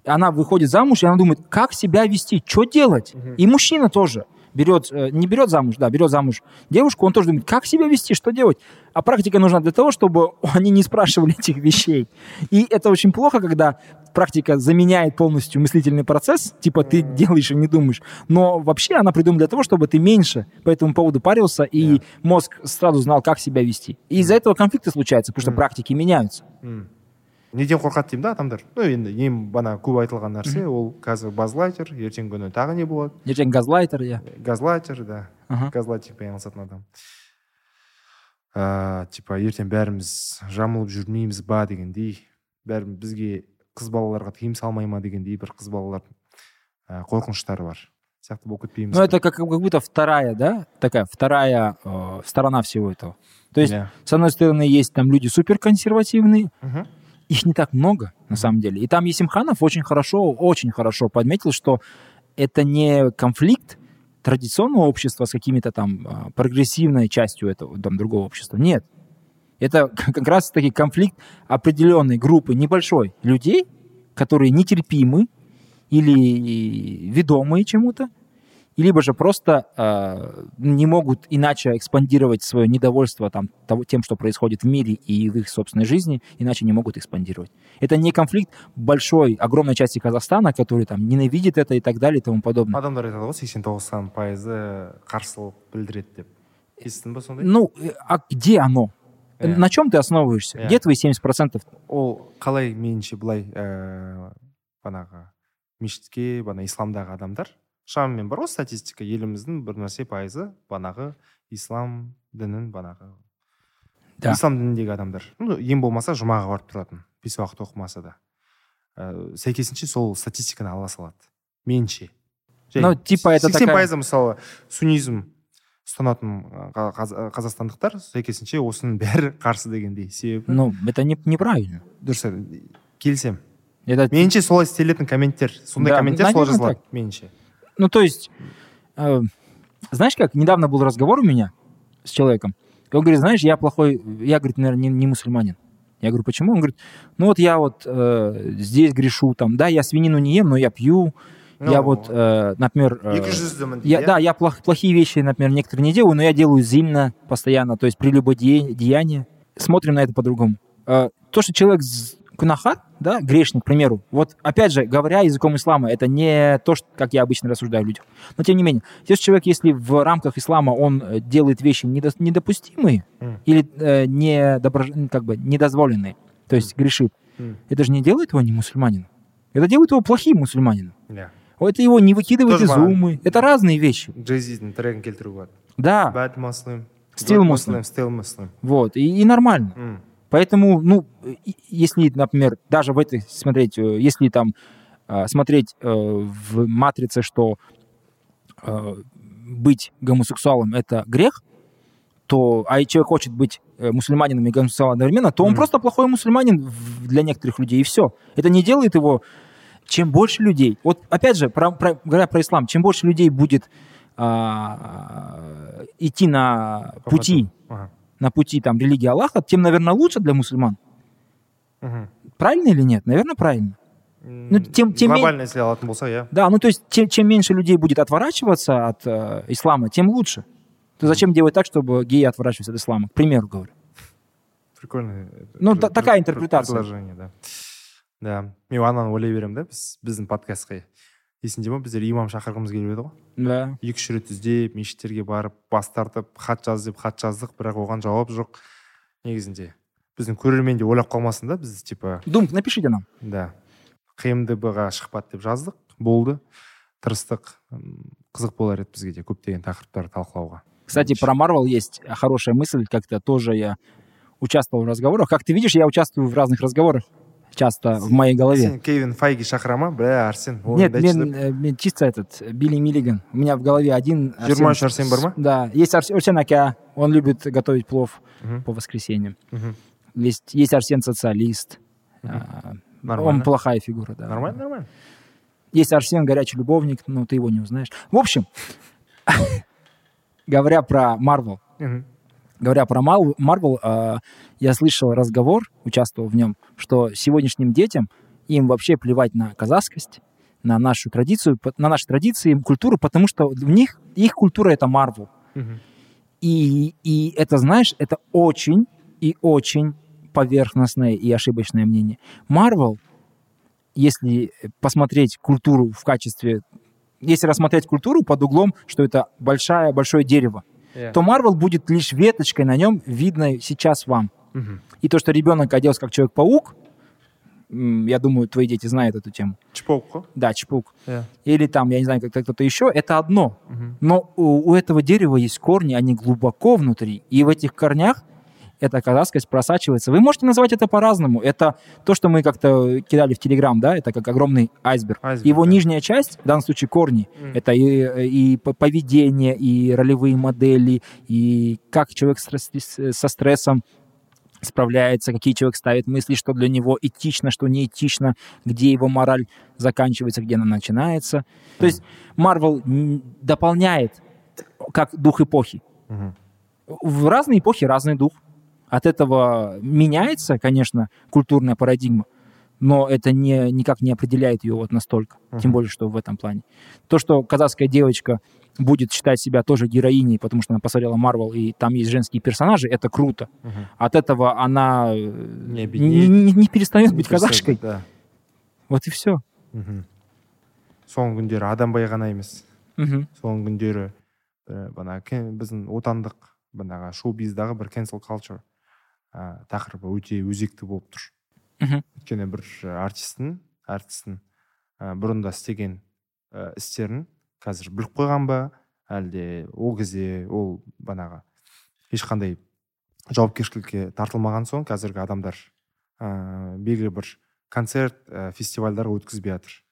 Она выходит замуж, и она думает, как себя вести, что делать. Мгм. И мужчина тоже берет, э, не берет замуж, да, берет замуж девушку, он тоже думает, как себя вести, что делать. А практика нужна для того, чтобы они не спрашивали этих вещей. И это очень плохо, когда практика заменяет полностью мыслительный процесс, типа ты Мгм. делаешь и не думаешь. Но вообще она придумана для того, чтобы ты меньше по этому поводу парился, и Да. мозг сразу знал, как себя вести. И из-за этого конфликты случаются, потому что Мгм. практики меняются. М. неден қорқады деймін да адамдар ну енді ең бағанағы көп айтылған нәрсе ол қазір базлайтер ертеңгі күні тағы не болады Ертең газлайтер, я. газлайтер да Ага. газлайтингпен айналысатын адам ә, типа ертең бәріміз жамылып жүрмейміз ба дегендей бәріміз бізге қыз балаларға тыйым салмай ма дегендей бір қыз балалардың ә, қорқыныштары бар сияқты болып кетпейміз Ну, ба? это как, как будто вторая, да, такая вторая э, сторона всего этого. То есть, Иә. с одной стороны, есть там люди суперконсервативные, Мгм. их не так много, на самом деле. И там Есимханов очень хорошо, очень хорошо подметил, что это не конфликт традиционного общества с какими-то там а, прогрессивной частью этого там, другого общества. Нет. Это к- как раз-таки конфликт определенной группы, небольшой, людей, которые нетерпимы или ведомые чему-то, либо же просто а, не могут иначе экспандировать свое недовольство там, того, тем, что происходит в мире и в их собственной жизни, иначе не могут экспандировать. Это не конфликт большой, огромной части Казахстана, который там ненавидит это и так далее и тому подобное. адамдар айтады ғой сексен тоқсан пайызы қарсылық білдіреді деп естідің ба сондай Ну, э, а где оно? Э. На чем ты основываешься? Э. Где твои 70%? ол қалай меніңше былай ііі банағы мешітке бана исламдағы адамдар шамамен бар ғой статистика еліміздің бір нәрсе пайызы банағы ислам дінін банағы Да. ислам дініндегі адамдар ну ең болмаса жұмаға барып тұратын бес уақыт оқымаса да Ә, сәйкесінше сол статистиканы ала салады меніңше Ну, типа это сексен такая- пайызы мысалы сунизм ұстанатын ә, қаз- ә, қазақстандықтар сәйкесінше осының бәрі қарсы дегендей себебі Ну, это не- неправильно. дұрыс ә, келісемін Это, меніңше солай істелетін комменттер сондай Да, комменттер солай наверное, жазылады меніңше ну, то есть, э, знаешь как, недавно был разговор у меня с человеком, и он говорит, знаешь, я плохой, я, говорит, наверное, не, не мусульманин. Я говорю, почему? Он говорит, ну вот я вот э, здесь грешу, там, да, я свинину не ем, но я пью, я Ну, вот, э, например... э, екі жүздімін Я, да, я плох- плохие вещи, например, некоторые не делаю, но я делаю зимно, постоянно, А, то есть при любой деянии. Смотрим на это по-другому. Э, то, что человек з- кунахат, да, грешник, к примеру, вот опять же, говоря языком ислама, это не то, что, как я обычно рассуждаю о людях. Но тем не менее, если человек, если в рамках ислама он э, делает вещи недо- недопустимые М. или э, недобро- как бы недозволенные, то есть грешит, иә? М. это же не делает его не мусульманином. Это делает его плохим мусульманином. иә Это его не выкидывает Тоже из банально. умы. Это разные вещи. джейзидің трегін келтіруге болады Да, бәд маслим Still Muslim. стил муслим вот. И, и нормально. М. Поэтому, ну, и- если, например, даже в этой смотреть, э, если там э, смотреть э, в матрице, что э, быть гомосексуалом это грех, то, а и человек хочет быть э, мусульманином и гомосексуалом одновременно, то он Мгм. просто плохой мусульманин в- для некоторых людей, и все. Это не делает его... Чем больше людей... Вот опять же, про- про- говоря про ислам, чем больше людей будет а, идти на пути Ага. на пути там религии Аллаха, тем, наверное, лучше для мусульман. Мгм. Правильно или нет? Наверное, правильно. Ну, тем- тем мен- глобально если алатын болса иә Да, ну то есть те- чем меньше людей будет отворачиваться от э, ислама, тем лучше. То зачем делать так, чтобы геи отворачивались от ислама? К примеру говорю. прикольно Ну, та- такая интерпретация. предложение да да мен ананы ойлай беремін да біз біздің подкастқа есіңде ма біздер имам шақырғымыз келіп еді ғой Да. екі үш рет іздеп мешіттерге барып бас тартып хат жаз деп хат жаздық бірақ оған жауап жоқ негізінде біздің көрермен де ойлап қалмасын да біз типа Думк, напишите нам. да қмдб ға шықпады деп жаздық болды тырыстық М, қызық болар еді бізге де көптеген тақырыптар талқылауға Кстати, Отлично. про Марвел есть хорошая мысль. Как-то тоже я участвовал в разговорах. Как ты видишь, я участвую в разных разговорах. Часто в моей голове. сен кевин файги шақыра ма бля арсен ой, Нет, дайчы мен, деп. э, мен чисто этот, э, Билли Миллиган. У меня в голове один... Жиырма үш Арсен бар ма? Да, есть Арс- Арсен Акя, он любит готовить плов Мгм, по воскресеньям. мгм. Есть, есть Арсен Социалист. Мгм. А, Он Нормально. плохая фигура, да. нормально нормально Есть Арсен Горячий Любовник, но ты его не узнаешь. В общем, говоря про Марвел, Мгм. говоря про Мал- Марвел, а, я слышал разговор, участвовал в нем, что сегодняшним детям им вообще плевать на казахскость, на нашу традицию, по- на наши традиции, культуру, потому что в них их культура это Марвел. Мгм. И, и это, знаешь, это очень и очень поверхностное и ошибочное мнение. Марвел, если посмотреть культуру в качестве... Если рассмотреть культуру под углом, что это большая, большое дерево, Иә. то Марвел будет лишь веточкой на нем, видной сейчас вам. Мгм. И то, что ребенок оделся как Человек-паук, м, я думаю, твои дети знают эту тему. Чпок қой Да, Чпаук. иә Или там, я не знаю, как-то кто-то еще, это одно. Мгм. Но у, у этого дерева есть корни, они глубоко внутри. И в этих корнях эта казахскость просачивается. Вы можете называть это по-разному. Это то, что мы как-то кидали в Телеграм, да, это как огромный айсберг. Айсберг, Его да. нижняя часть, в данном случае корни, Мгм. это и, и по- поведение, и ролевые модели, и как человек с рас- с- со стрессом справляется, какие человек ставит мысли, что для него этично, что не этично, где его мораль заканчивается, где она начинается. То есть Марвел м, дополняет как дух эпохи. Мгм. В разные эпохи разный дух. От этого меняется, конечно, культурная парадигма, но это не, никак не определяет ее вот настолько. Тем Мгм. более, что в этом плане. То, что казахская девочка будет считать себя тоже героиней, потому что она посмотрела Марвел, и там есть женские персонажи, это круто. Мгм. От этого она э, Не не, обеднеет. не- не перестает быть Интересно, казахской. да Вот и все. Мгм. соңғы күндері адамбай ғана емес соңғы күндері бір бана ке- біздің отандық банағы шоу бизндағы бір cancel culture ә, тақырыбы өте өзекті болып тұр Мгм. өйткені бір артистің әртістің ә, бұрында істеген ә, істерін қазір біліп қойған ба әлде ол кезде ол банағы ешқандай жауапкершілікке тартылмаған соң қазіргі адамдар ә, белгілі бір концерт ә, фестивальдар өткізбей жатыр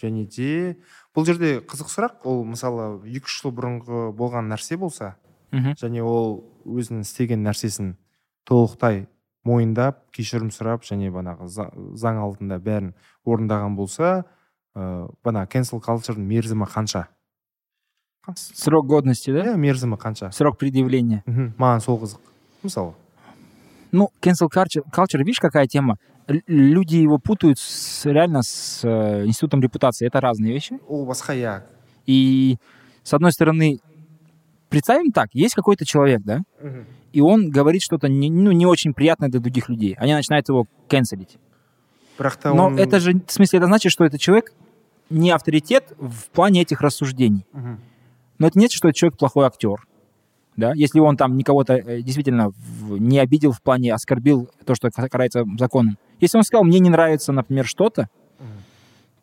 және де бұл жерде қызық сұрақ ол мысалы екі үш жыл бұрынғы болған нәрсе болса және ол өзінің істеген нәрсесін толықтай мойындап кешірім сұрап және банағы за- заң алдында бәрін орындаған болса ыыы бана cancel culture-дың мерзімі қанша Срок годности, да? иә мерзімі қанша Срок предъявления. мхм маған сол қызық мысалы Ну, cancel culture, culture, видишь, какая тема? Л- люди его путают с- реально с э, институтом репутации. Это разные вещи. ол басқа иә И, с одной стороны, представим так, есть какой-то человек, да, Мгм. и он говорит что-то не, ну, не очень приятное для других людей. Они начинают его канцелить. бірақ та Но оның- это же, в смысле, это значит, что этот человек не авторитет в плане этих рассуждений. Мгм. Но это не значит, что этот человек плохой актер. Да? Если он там никого-то э, действительно в- не обидел в плане, оскорбил то, что ка- карается законом. Если он сказал, мне не нравится, например, что-то, Мгм.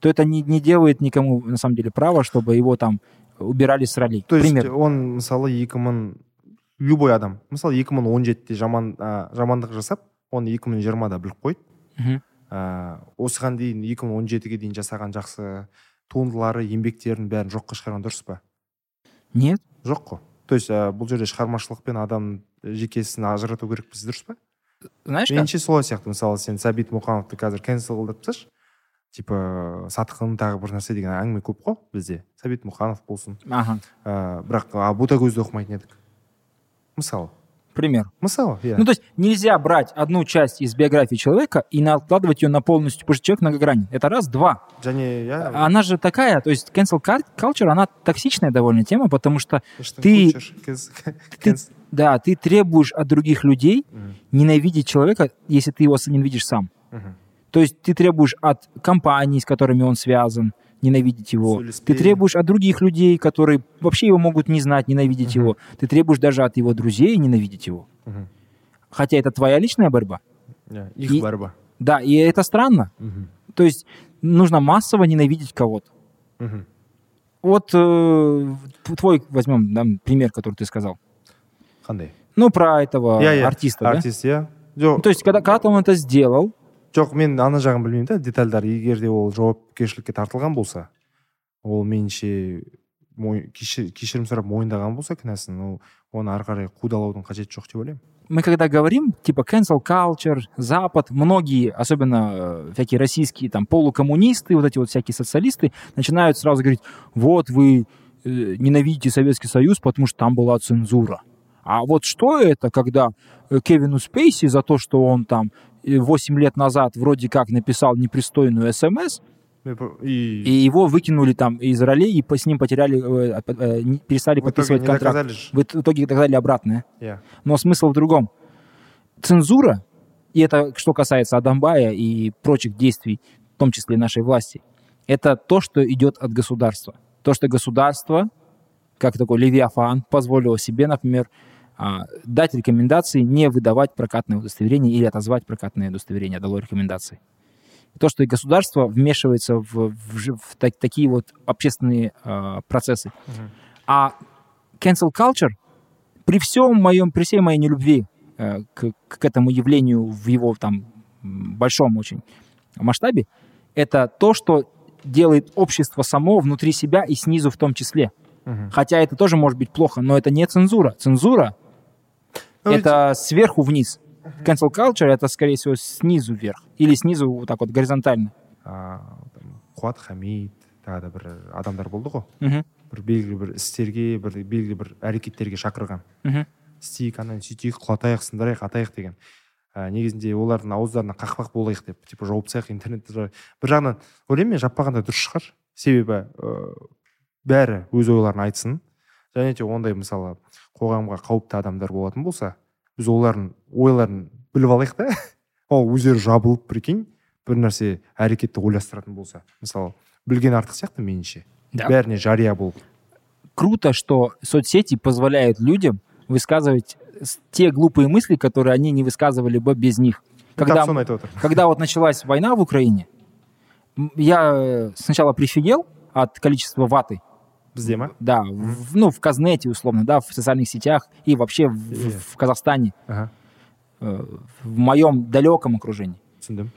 то это не, не делает никому, на самом деле, права, чтобы его там убирали с ролей. то есть Пример. он мысалы екі мың любой адам мысалы екі мың он жетіде жаман а, жамандық жасап оны екі мың жиырмада біліп қойды Мгм. ә, осыған дейін 2017-ге дейін жасаған жақсы туындылары еңбектерін бәрін жоққа шығарған дұрыс па Нет. жоқ қой то есть ә, бұл жерде шығармашылық пен адам жекесін ажырату керекпіз дұрыс па Знаешь, как? меніңше солай сияқты мысалы сен сәбит мұқановты қазір кэнсел қылдырып тасташы типа сатқын тағы бір нәрсе деген әңгіме көп қой бізде сәбит мұқанов болсын Ага. ә, бірақ а, ботагөзді оқымайтын едік мысалы Пример. мысалы иә Ну, то есть нельзя брать одну часть из биографии человека и накладывать ее на полностью, потому что человек многогранен. Это раз. Два. және иә Она же такая, то есть cancel cul- culture, она токсичная довольно тема, потому что, Эштон ты- Кутчер, кэнс- ты- кэнс- да, ты требуешь от других людей Мгм. ненавидеть человека, если ты его ненавидишь сам. Мгм. То есть ты требуешь от компаний, с которыми он связан, ненавидеть его. Ты Сулиспей. требуешь от других людей, которые вообще его могут не знать, ненавидеть Мгм. его. Ты требуешь даже от его друзей ненавидеть его. Мгм. Хотя это твоя личная борьба. иә их И- борьба Да, и это странно. Мгм. То есть нужно массово ненавидеть кого-то. Мгм. Вот э, твой, возьмем да, пример, который ты сказал. қандай Ну, про этого иә иә артиста, да? артист иә Ну, жоқ То есть, когда, когда он это сделал, жоқ мен ана жағын білмеймін да детальдар егер де ол жауапкершілікке тартылған болса ол меніңше мой- кеші- кешірім сұрап мойындаған болса кінәсін ол оны ары қарай қудалаудың қажеті жоқ деп ойлаймын мы когда говорим, типа, cancel culture, Запад, многие, особенно э, всякие российские, там, полукоммунисты, вот эти вот всякие социалисты, начинают сразу говорить, вот вы э, ненавидите Советский Союз, потому что там была цензура. А вот что это, когда э, Кевину Спейси за то, что он там 8 лет назад вроде как написал непристойную СМС, Мен про- и, И его выкинули там из ролей, и по- с ним потеряли, э, от- э, не- перестали в итоге подписывать не контракт. доказали ж. В ит- в итоге доказали обратное. Иә. Но смысл в другом. Цензура, и это что касается Адамбая и прочих действий, в том числе и нашей власти, это то, что идет от государства. То, что государство, как такой Левиафан, позволило себе, например, а, дать рекомендации не выдавать прокатное удостоверение или отозвать прокатное удостоверение, дало рекомендации. То, что и государство вмешивается в, в жи- в так- такие вот общественные а, процессы. Мгм. А cancel culture при всем моем, при всей моей нелюбви э, к, к этому явлению в его там м, большом очень масштабе, это то, что делает общество само внутри себя и снизу в том числе. Мгм. Хотя это тоже может быть плохо, но это не цензура. Цензура Ну, это сверху вниз. Cancel culture это, скорее всего, снизу вверх. Или снизу вот так вот горизонтально. а, там, қуат хамид тағы да бір адамдар болды ғой Мгм. бір белгілі бір істерге бір белгілі бір әрекеттерге шақырған Мгм. істейік анан сөйтейік құлатайық сындырайық атайық деген ә, негізінде олардың ауыздарына қақпақ болайық деп типа жауып тастайық интернетті жа- бір жағынан ойлаймын мен жаппаған да дұрыс шығар себебі ыыы, бәрі өз ойларын айтсын және де ондай мысалы қоғамға қауіпті адамдар болатын болса біз олардың ойларын біліп алайық та ол өздері жабылып прикинь бір нәрсе әрекетті ойластыратын болса мысалы білген артық сияқты меніңше Да. бәріне жария болып круто, что соцсети позволяют людям высказывать с- те глупые мысли, которые они не высказывали бы без них. Когда, тап соны айтып отыр когда вот началась война в Украине, м, я э, сначала прифигел от количества ваты, бізде ма да, в- ну, в Казнете, условно, да, в социальных сетях и вообще в, в- Е. в Казахстане, аха э, в моем далеком окружении. түсіндім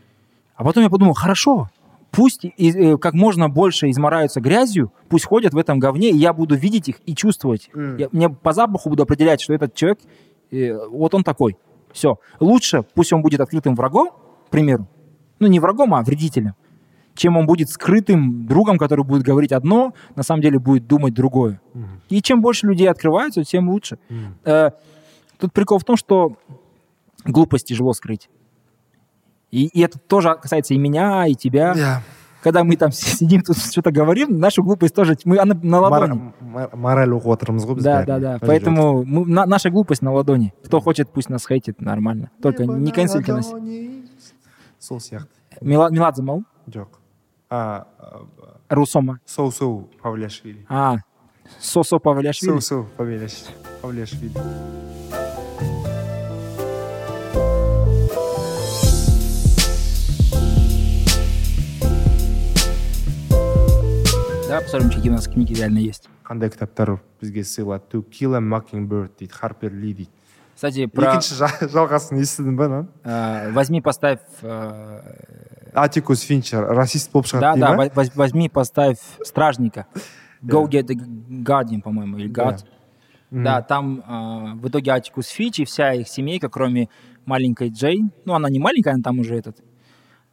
А потом я подумал, хорошо, пусть из- э, как можно больше измораются грязью, пусть ходят в этом говне, и я буду видеть их и чувствовать. Мгм. Я- мне по запаху буду определять, что этот человек, э, вот он такой. Все. Лучше пусть он будет открытым врагом, к примеру, ну не врагом, а вредителем, чем он будет скрытым другом, который будет говорить одно, на самом деле будет думать другое. Мгм. И чем больше людей открываются, тем лучше. Мгм. Э, тут прикол в том, что глупость тяжело скрыть. И, и это тоже касается и меня, и тебя. Иә. когда мы там сидим, тут что-то говорим, наша глупость тоже, мы, она на ладони. Мор- мор- мораль оқып отырмыз ғой біз Да, бәріне. да, да. Өз жүрек. Поэтому мы- на- наша глупость на ладони. Кто хочет, пусть нас хейтит, нормально. Только не канцельте нас. сол сияқты Мила- Меладзе мол, жоқ а, а, Русома. соу соу павляшвили А, Сосо Павляшвили. соу соу Павляш- павляшвили Да, посмотрим, какие у нас книги реально есть. қандай кітаптар бізге сыйлады to kill a mockingbird дейді харпер ли дейді Кстати, про екінші жа- жалғасын естідің ба мынаның? э, возьми, поставь. э, атикус финчер расист болып да, шығады да, дейді ма воз- воз- возьми, поставь стражника. Go get the Guardian, по-моему, или God. Да, там э, в итоге Атикус Фич и вся их семейка, кроме маленькой Джейн, ну она не маленькая, она там уже этот,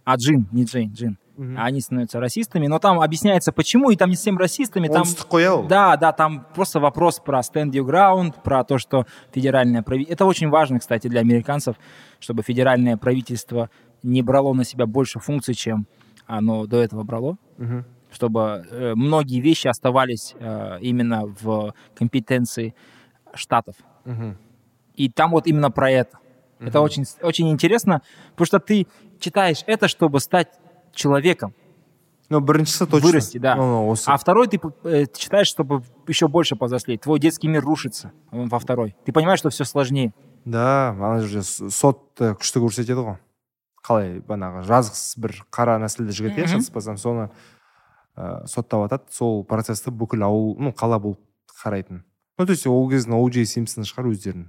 а Джин, не Джейн, Джин, Мгм. они становятся расистами, но там объясняется почему, и там не совсем расистами, там... оңтүстік қой иә ол Да, да, там просто вопрос про stand your ground, про то, что федеральное правительство... Это очень важно, кстати, для американцев, чтобы федеральное правительство не брало на себя больше функций, чем оно до этого брало Мгм. чтобы э, многие вещи оставались э, именно в компетенции штатов. Мгм. И там вот именно про это. Это очень, с- очень интересно, потому что ты читаешь это, чтобы стать человеком, ну біріншісі точно вырасти, да. Ну, ну, осы А второй ты п- э, читаешь, чтобы еще больше повзрослеть. Твой детский мир рушится э, во второй. Ты понимаешь, что все сложнее. да ана жерде с- сот э, күшті көрсетеді ғой қалай бағанағы жазықсыз бір қара нәсілді жігіт иә Мгм. шатыспасам соны ә, соттап атады сол процессті бүкіл ауыл ну қала болып қарайтын ну то есть ол кездің оуджей симпсон шығар өздерін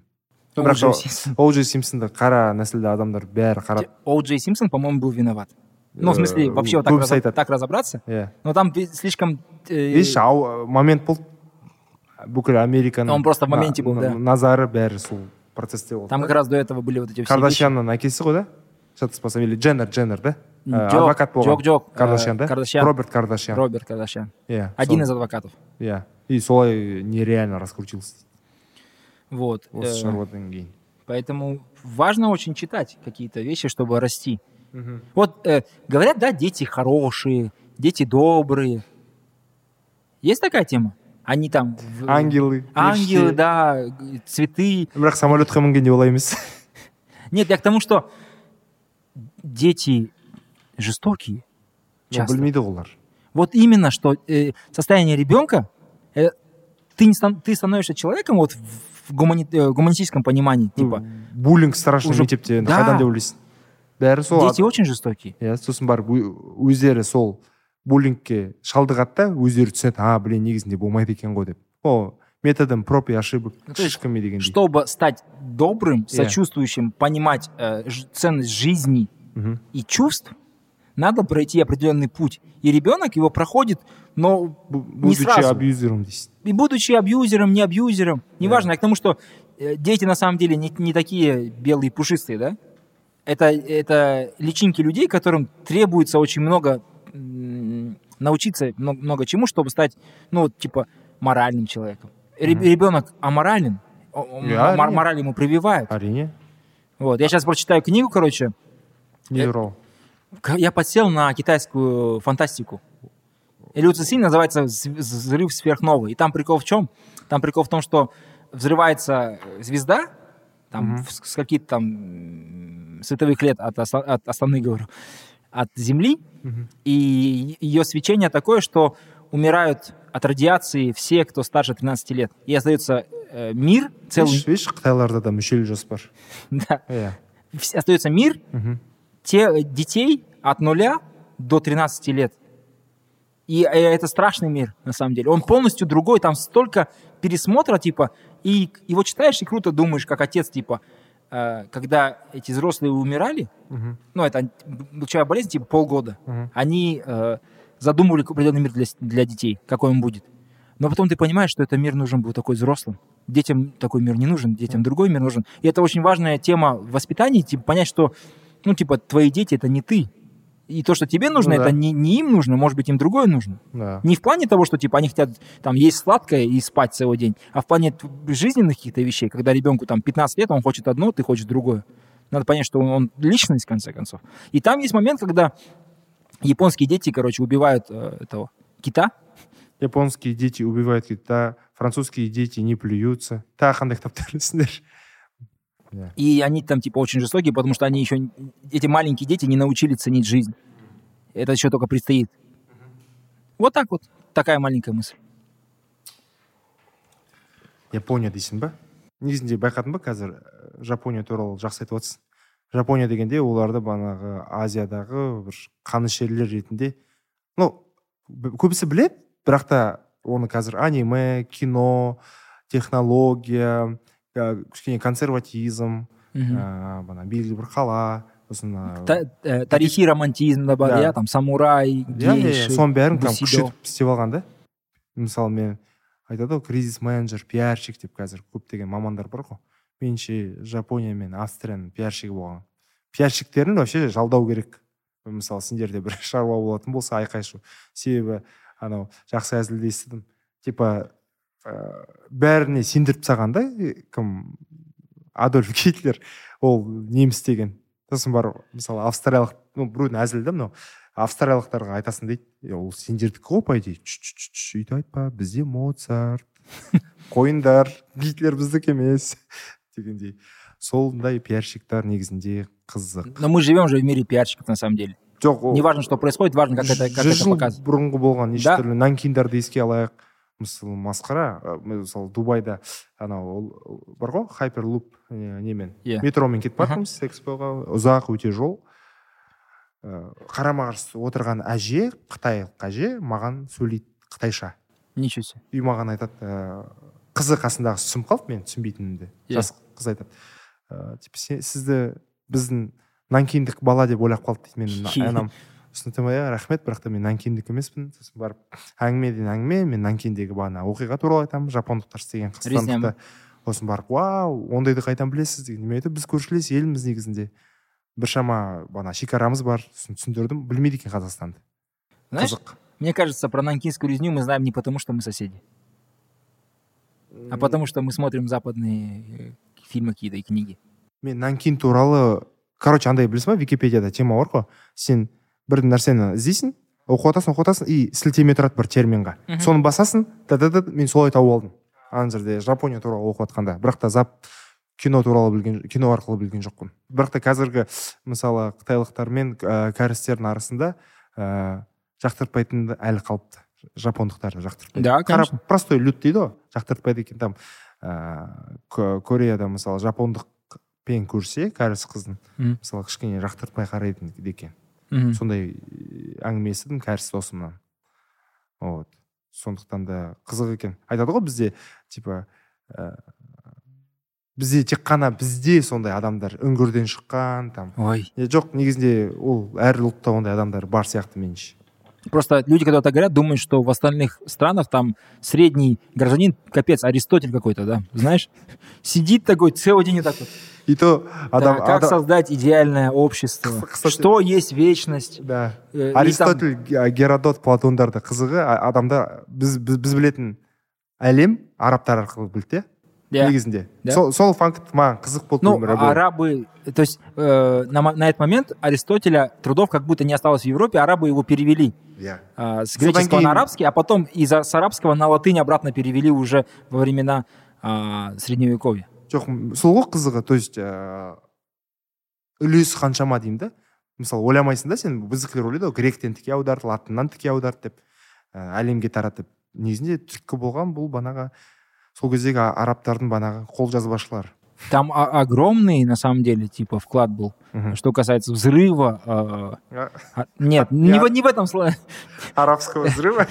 Бірақ та- оуджей симпсонды қара нәсілді адамдар бәрі қарап О. Джей Симпсон, по-моему, был виноват. Ну, в смысле, Э, вообще вот так, Куб разоб- Сайтат. так разобраться. иә Но там ты слишком... э, видишь ау- момент болды бүкіл американың Он просто в на- моменте был, на- да. назары бәрі сол процессте болды Там как раз до этого были вот эти все вещи. кардашьянның әкесі ғой да шатаспасам или дженнер дженнер да М, Ә, жоқ, адвокат болған жоқ, жоқ, кардашьян ә, да Кардашьян. роберт кардашьян Роберт Кардашьян. иә Один из сол. адвокатов. иә и солай нереально раскрутился Вот. осы Э, шаруадан кейін Поэтому важно очень читать какие-то вещи, чтобы расти. Вот э, говорят, да, дети хорошие, дети добрые. Есть такая тема? Они там... в- э, ангелы Ангелы, періште. да, г- цветы. бірақ самолетқа мінгенде олай емес Нет, я к тому, что дети жестокие. Ну, Часто. білмейді олар Вот именно, что э, состояние ребенка, э, ты, не стан- ты становишься человеком вот в, в гумани- э, гуманистическом понимании, типа, буллинг страшный Уже- мектепте енді Да. қайдан деп ойлайсың бәрі сол дети очень жестокие. иә сосын барып ө- өздері сол буллингке шалдығады да өздері түсінеді а блин негізінде болмайды екен ғой деп о методом проб и ошибок Ну, то есть, ешкімі дегендей Чтобы стать добрым, Я. сочувствующим, понимать э, ж- ценность жизни Мгм. и чувств, надо пройти определенный путь. И ребенок его проходит, но Бу- не будучи сразу. абьюзером дейсің и будучи абьюзером, не абьюзером, неважно, я к тому, что э, дети на самом деле не, не такие белые пушистые, да? Это, это личинки людей, которым требуется очень много м, научиться много, много чему, чтобы стать, ну, вот, типа, моральным человеком. Ре- Мгм. Ребенок аморален, о- о- Я- мор- мораль ему прививают. әрине Вот. Я сейчас прочитаю книгу, короче. не туралы К- Я подсел на китайскую фантастику. Люци Синь называется «З- «Взрыв сверхновый». И там прикол в чем? Там прикол в том, что взрывается э, звезда, там, Мгм. в- с каких-то там м, световых лет от, оста- от основных, говорю, от Земли, Мгм. и ее свечение такое, что умирают от радиации все, кто старше 13 лет. И остается э, мир, целый... видишь видишь, қытайларда да мүшел жоспар Да. иә Вс- остается мир, Мгм. те детей от нуля до 13 лет. И э, это страшный мир, на самом деле. Он полностью другой, там столько пересмотра, типа, и к- его читаешь, и круто думаешь, как отец, типа, э, когда эти взрослые умирали, Мгм. ну, это ан- б- лучевая болезнь, типа, полгода, Мгм. они э, задумывали определенный мир для, с- для детей, какой он будет. Но потом ты понимаешь, что этот мир нужен был такой взрослым. Детям такой мир не нужен, детям другой мир нужен. И это очень важная тема в воспитании, типа понять, что, ну, типа, твои дети — это не ты. И то, что тебе нужно, Ну да. это не, не им нужно, может быть, им другое нужно. да Не в плане того, что, типа, они хотят там есть сладкое и спать целый день, а в плане т- жизненных каких-то вещей, когда ребенку там 15 лет, он хочет одно, ты хочешь другое. Надо понять, что он, он личность, в конце концов. И там есть момент, когда Японские дети, короче, убивают э, этого кита. Японские дети убивают кита, французские дети не плюются. Та қандай кітаптар білесіңдер? Иә. И они там, типа, очень жестокие, потому что они еще... н- Эти маленькие дети не научились ценить жизнь. Это еще только предстоит. Вот так вот. Такая маленькая мысль. Япония дейсің ба? Негізінде байқадың ба қазір ә, Жапония туралы жақсы айтып отырсың. Жапония дегенде оларды бағанағы Азиядағы бір қанішерлер ретінде ну б- көбісі білет, бірақ та оны қазір аниме, кино, технология, ә, кішкене консерватизм, Мгм. ә, бағана белгілі бір қала, сосын ә, Та- э, тарихи романтизм да бар А, Да. иә там самурай иә иә иә, гейши соның бәрін там бусидо. күшейтіп істеп алған да мысалы мен айтады ғой кризис менеджер пиарщик деп қазір көптеген мамандар бар ғой меніңше жапония мен австрияның пиарщигі болған пиарщиктерін вообще жалдау керек мысалы сендерде бір шаруа болатын болса айқай шу себебі анау жақсы әзілді естідім типа ыыы Э, бәріне сендіріп тастаған да э, кім адольф гитлер ол неміс деген сосын барып мысалы австриялық ну біреудің әзілі да мынау австриялықтарға айтасың дейді «Е, ол сендердікі ғой по идее «Чш, чш, чш, чш, өйтіп айтпа бізде моцарт қойыңдар гитлер біздікі емес дегендей сондай пиарщиктар негізінде қызық но мы живем же в мире пиарщиков на самом деле жоқ ол не важно что происходит важно как это как жүз это жыл показывает бұрынғы болған неше Да. түрлі нанкиндарды еске алайық мысалы масқара ә, мысалы дубайда анау ол бар ғой хайперлуп не- немен Иә. метромен кетіп Аха. бардыңыз экспоға ұзақ өте жол ыыы қарама қарсы отырған әже қытайлық әже маған сөйлейді қытайша ничего себе и маған айтады ыыы қызы қасындағы түсініп қалды мен түсінбейтінімді Иә. жас қыз айтады ыыы типа се- сізді біздің нанкиндік бала деп ойлап қалды дейді мен анам сосын айтамын, «Иә, рахмет бірақ та мен нанкиндік емеспін сосын барып әңгімеден әңгіме мен нанкиндегі бағана оқиға туралы айтамын жапондықтар істеген қастандықты Реснями. сосын барып вау ондайды қайдан білесіз деген мен айтамын біз көршілес елміз негізінде біршама бағана шекарамыз бар сосын түсіндірдім білмейді екен қазақстанды Знаешь, қызық мне кажется про нанкинскую резню мы знаем не потому что мы соседи а потому что мы смотрим западные э, фильмы какие-то и книги мен нанкин туралы короче андай білесің ба википедияда тема бар ғой сен бір нәрсені іздейсің оқып жатасың оқып жатасың и сілтеме тұрады бір терминға Мгм. соны басасың да да да мен солай тауып алдым ана жерде жапония туралы оқып жатқанда бірақ та зап кино туралы білген кино арқылы білген жоқпын бірақ та қазіргі мысалы қытайлықтар мен ә, кәрістердің арасында ә, жақтыртпайтыны әлі қалыпты жапондықтарды жақтыртпайды Да, Қара- конечно. простой люд дейді ғой жақтыртпайды екен там ыыы Ко- кореяда мысалы жапондықпен көрсе кәріс қыздың Мгм. мысалы кішкене жақтыртпай қарайтын екен Мгм. сондай э, әңгіме естідім кәріс досымнан вот сондықтан да қызық екен айтады ғой бізде типа ә, бізде тек қана бізде сондай адамдар үңгірден шыққан там ой Е, жоқ негізінде ол әр ұлтта ондай адамдар бар сияқты меніңше просто люди когда так говорят думают что в остальных странах там средний гражданин капец аристотель какой-то да знаешь сидит такой целый день и так вот и то адам, Да, как ада- создать идеальное общество? Кстати- Что есть вечность? да Э, и там- аристотель Ге- геродот платондарды қызығы а- адамдар біз, біз, біз білетін әлем арабтар арқылы білді иә, Да. негізінде Иә. Да. сол, сол факт маған қызық болды Ну, өмірі бойы. арабы, то есть э, на, мо- на этот момент Аристотеля трудов как будто не осталось в Европе, арабы его перевели Иә. э, с Судан греческого кейін- на арабский, а потом из а- с арабского на латынь обратно перевели уже во времена а, средневековья. жоқ м, сол ғой қызығы то есть ыыы үлесі қаншама деймін да мысалы ойламайсың да сен біздікілер ойлайды ғой гректен тіке аударды латыннан тіке аударды деп ә, әлемге таратып негізінде түркі болған бұл банағы сол кездегі а- арабтардың банағы қолжазбашылар Там о- огромный, на самом деле, типа, вклад был. Мгм. Что касается взрыва... Хм. А, э, а- нет, не, в- не в этом слове. арабского взрыва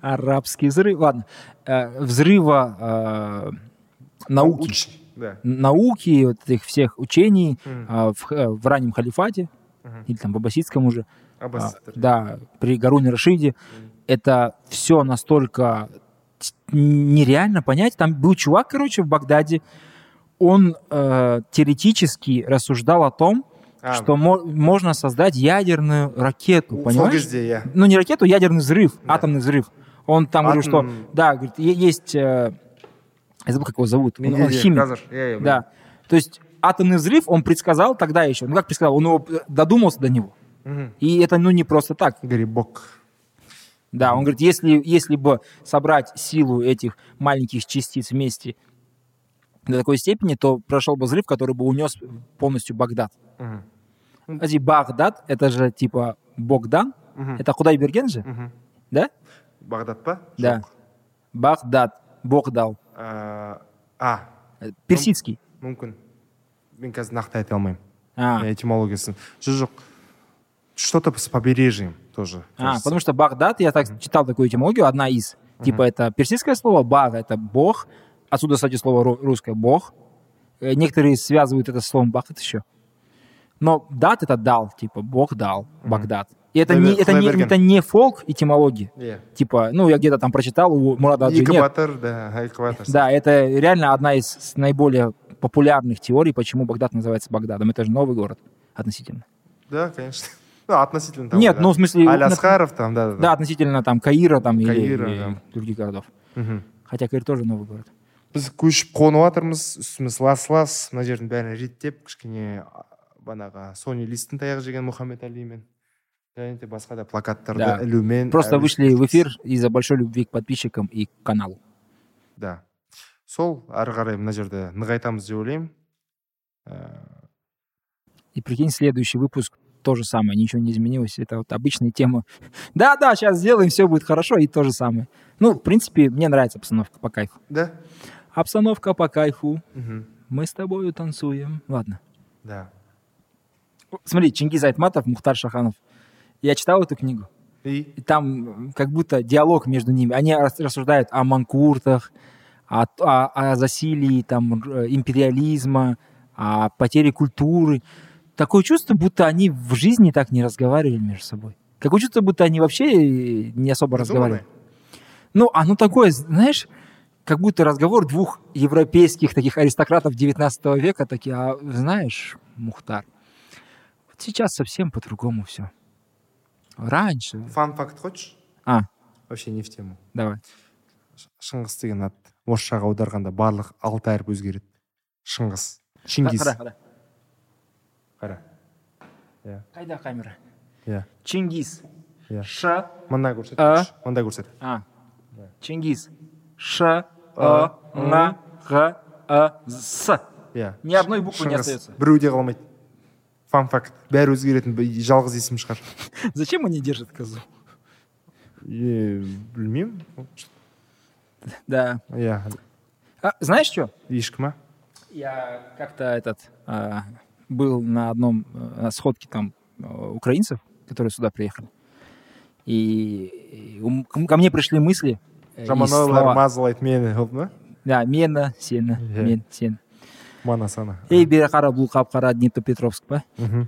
Арабский взрыв, ладно. Э, взрыва э, науки. да науки, вот этих всех учений Мгм. а, в, х- э, в раннем халифате, Мгм. или там в аббасидском уже, а, Аббасидтер. да, при Гаруне Рашиде, это все настолько т- нереально понять. Там был чувак, короче, в Багдаде, он э, теоретически рассуждал о том, А, что мо- можно создать ядерную ракету, сол понимаешь? кезде иә ну не ракету, ядерный взрыв, атомный взрыв. Он там говорил, что Атом- да, говорит, е- есть, э, я забыл, как его зовут, он, он Менделеев, химик, Газар. Иә, иә, да. То есть атомный взрыв он предсказал тогда еще, ну как предсказал, он его э, додумался до него. білемін. Мгм. И это, ну, не просто так. Грибок. Да, он говорит, если, если бы собрать силу этих маленьких частиц вместе до такой степени, то прошел бы взрыв, который бы унес полностью Багдад. Мгм. Подожди, Багдад, это же типа Богдан, Мгм. это Худайберген же, Мгм. да? Багдад па? Да. Жоқ. Багдад, Богдал, Ә, А, э, персидский. мүмкін. Мен қазір нақты айта алмаймын. А, Этимологиясын. Жоқ, жоқ. Что-то с побережьем тоже. а, кажется. потому что Багдад, я так читал такую этимологию, одна из. Типа это персидское слово, баг это бог, отсюда, кстати, слово ру- русское бог. Э, Некоторые связывают это с словом бахт еще. Но дат это дал, типа бог дал, Багдад. И это не, Худайбер- это, не, Худайберген. это не фолк этимология. Иә. Типа, ну, я где-то там прочитал у Мурада Аджи. Нет, Экватор, да, экватор. Да, это реально одна из с- наиболее популярных теорий, почему Багдад называется Багдадом. Это же новый город относительно. Да, конечно. Ну, относительно того, Нет, да. ну, в смысле, Аль на- Асхаров там, да, Да, относительно там Каира там или- Каира, или, да. других городов. Мгм. Хотя Каир тоже новый город. біз көшіп қонып жатырмыз үстіміз лас лас мына жердің бәрін реттеп кішкене а, банағы сони листтің таяқ жеген мұхаммед алимен және де басқа да плакаттарды Да. ілумен Просто әуре- вышли в эфир из-за большой любви к подписчикам и к каналу. да сол ары қарай мына жерді нығайтамыз деп ойлаймын Ә, И прикинь, следующий выпуск то же самое, ничего не изменилось. Это вот обычная тема. Да-да, сейчас сделаем, все будет хорошо, и то же самое. Ну, в принципе, мне нравится обстановка по кайфу. да Обстановка по кайфу. Мгм. Мы с тобою танцуем. Ладно. да Смотри, Чингиз Айтматов, Мухтар Шаханов. Я читал эту книгу. и И там м, как будто диалог между ними. Они рас- рассуждают о манкуртах, о, т- о- о засилии там, р- э, империализма, о потере культуры. Такое чувство, будто они в жизни так не разговаривали между собой. Такое чувство, будто они вообще э, не особо разговаривали. Ну, оно такое, знаешь, как будто разговор двух европейских таких аристократов 19 века, такие, а знаешь, Мухтар, вот сейчас совсем по-другому все. Раньше. фан факт хочешь А, вообще не в тему давай. Ш- шыңғыс деген ат орысшаға аударғанда барлық алты әріп өзгереді шыңғыс чингиз Қара, қара. қара иә Қайда камера? иә Чингиз. иә Ш. мында көрсет А? мында көрсет А. Чингиз. Ш. О. М. Н. Г. Э. С. иә Ни одной буквы не Шыңғыс. остается. біреуі де қалмайды фан факт бәрі өзгеретін бі- жалғыз есім шығар Зачем они держат козу? Е, білмеймін Да. иә а? А, знаешь что? ешкі ма Я как-то этот а, был на одном э, на сходке там э, украинцев, которые сюда приехали. И, и ум- ко ко мне пришли мысли. э, и жаманалар слова. мазалайды мені қылып ма Да, мена, сена, Е. мен, сен. манасана Эй, бері қара, бұл қап қара, Днепропетровск, па? Мгм.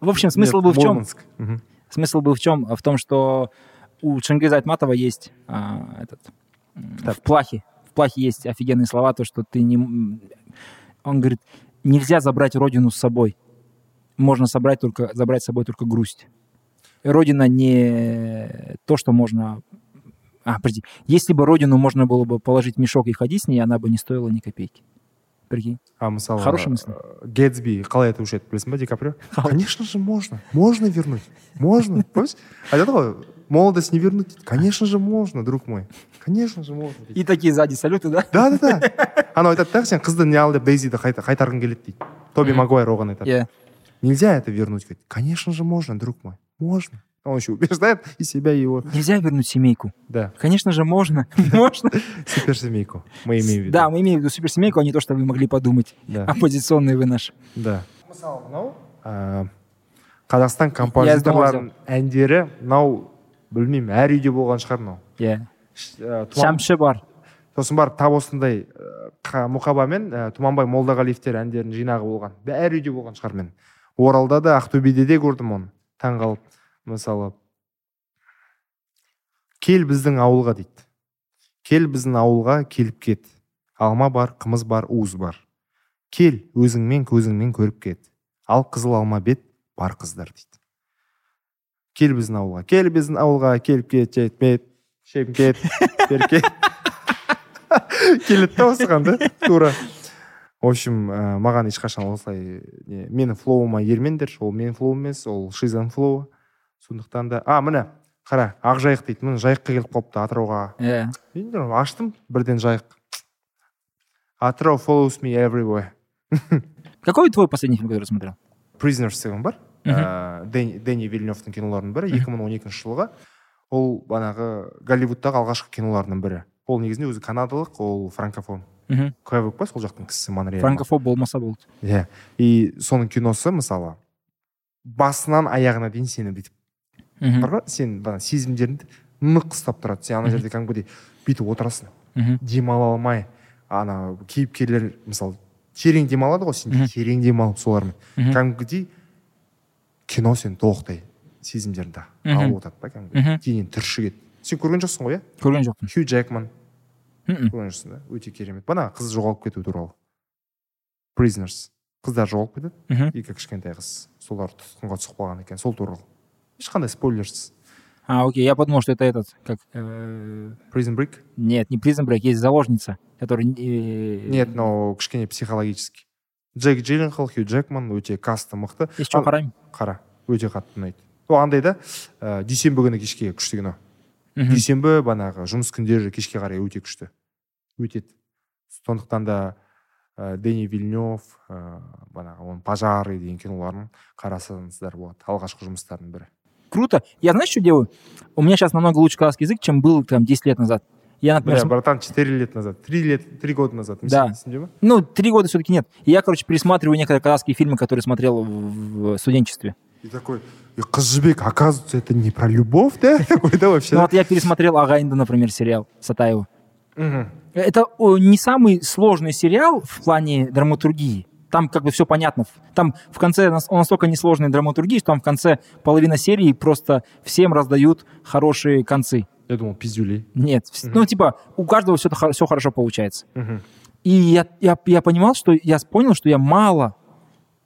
В общем, смысл Нет, был в чем? Мурманск. Мгм. Смысл был в чем? В том, что у Чингиза Айтматова есть а, этот м, в плахе. В плахе есть офигенные слова, то, что ты не... м, Он говорит, нельзя забрать родину с собой. Можно собрать только, забрать с собой только грусть. Родина не то, что можно... А, подожди. Если бы родину можно было бы положить в мешок и ходить с ней, она бы не стоила ни копейки. Прикинь. а мысалы Хороший мысль. э, гэтсби қалай это өшеді білесің ба ди каприо Қалай? конечно же можно можно вернуть можно понимаешь айтады ғой молодость не вернуть дейді. конечно же можно друг мой конечно же можно дейді. И такие сзади салюты, да? да да да анау айтады да сен қызды не ал деп дейзиді қайта- қайтарғың келеді дейді тоби магуайр оған айтады Е. Нельзя это вернуть. Говорит, конечно же можно, друг мой. Можно. Он еще убеждает и себя, и его. Нельзя вернуть семейку. Да, Конечно же, можно. Можно. суперсемейку. Мы имеем в виду. Да, мы имеем в виду суперсемейку, а не то, что вы могли подумать. Да. Оппозиционные вы наши. Да. Мысалы мынау ә, қазақстан композиторларының әндері мынау білмеймін әр үйде болған шығар мынау иә Ш- ә, Тұман- шәмші бар сосын барып тап осындай ә, Қа- мұқаба мен ә, тұманбай молдағалиевтер әндерінің жинағы болған Бә- әр үйде болған шығар мен оралда да ақтөбеде де көрдім оны таңғалып мысалы кел біздің ауылға дейді кел біздің ауылға келіп кет алма бар қымыз бар уыз бар кел өзіңмен көзіңмен көріп кет ал қызыл алма бет бар қыздар дейді кел біздің ауылға кел біздің ауылға келіп кет жетмет шемкет беркет келеді да осыған да тура в общем ә, маған ешқашан осылай не менің флоуыма ермеңдер ол менің флоуым емес ол шизаның флоуы сондықтан да а міне қара ақ жайық дейді міне жайыққа келіп қалыпты атырауға иә Енді аштым бірден жайық атырау follows me everywhere какой твой последний фильм который смотрел prisoners деген бар Мгм. ыыы Дэн- дэнни вильневтың киноларының бірі 2012 жылғы ол банағы голливудтағы алғашқы киноларының бірі ол негізінде өзі канадалық ол франкофон мхм квебек па сол жақтың кісісі монреаль франкофоб болмаса болды иә и соның киносы мысалы басынан аяғына дейін сені бүйтіп бар мхм ғой сен бағана сезімдеріңді нық ұстап тұрады сен ана жерде кәдімгідей бүйтіп отырасың мхм демала алмай ана кейіпкерлер мысалы терең демалады ғой сен де Мгм. терең демалып солармен Мгм. кәдімгідей кино сені толықтай сезімдеріңді Мгм. алып отырады да кәдімгі Мгм. денең түршігеді сен көрген жоқсың ғой иә көрген жоқпын хью джекман Мгм. көрген жоқсың да өте керемет бағанағы қыз жоғалып кету туралы prisoners қыздар жоғалып кетеді мхм екі кішкентай қыз солар тұтқынға түсіп қалған екен сол туралы ешқандай спойлерсіз а окей я подумал что это этот как э, prison break нет не призм брейк есть заложница который э, нет но кішкене психологический джек джилленхол хью джекман өте каста мықты если что Ал- қараймын қара өте қатты ұнайды ол андай да ә, дүйсенбі күні кешке күшті кино Мгм. дүйсенбі банағы жұмыс күндері кешке қарай өте күшті өтеді сондықтан да ә, дени вильнев ә, банағы оның пожары деген киноларын қарасаңыздар болады алғашқы жұмыстарының бірі круто я знаешь что делаю у меня сейчас намного лучше казахский язык чем был там 10 лет назад я например бля см- братан четыре лет назад три лет три года назад Да. есіңде ма Ну, три года все-таки нет. И я, короче, пересматриваю некоторые казахские фильмы, которые смотрел в в студенчестве. и такой «Э, қыз жібек оказывается это не про любовь да такой да вообще Ну, да? вот я пересмотрел «Агайнда», например, сериал Сатаева. Мгм. Это о, не самый сложный сериал в плане драматургии. Там как бы все понятно. Там в конце нас- он настолько несложный драматургии, что там в конце половина серии просто всем раздают хорошие концы. я думал пиздюлей Нет, вс- Мгм. ну типа у каждого все, все хорошо получается. Мгм. И я, я, я понимал, что я понял, что я мало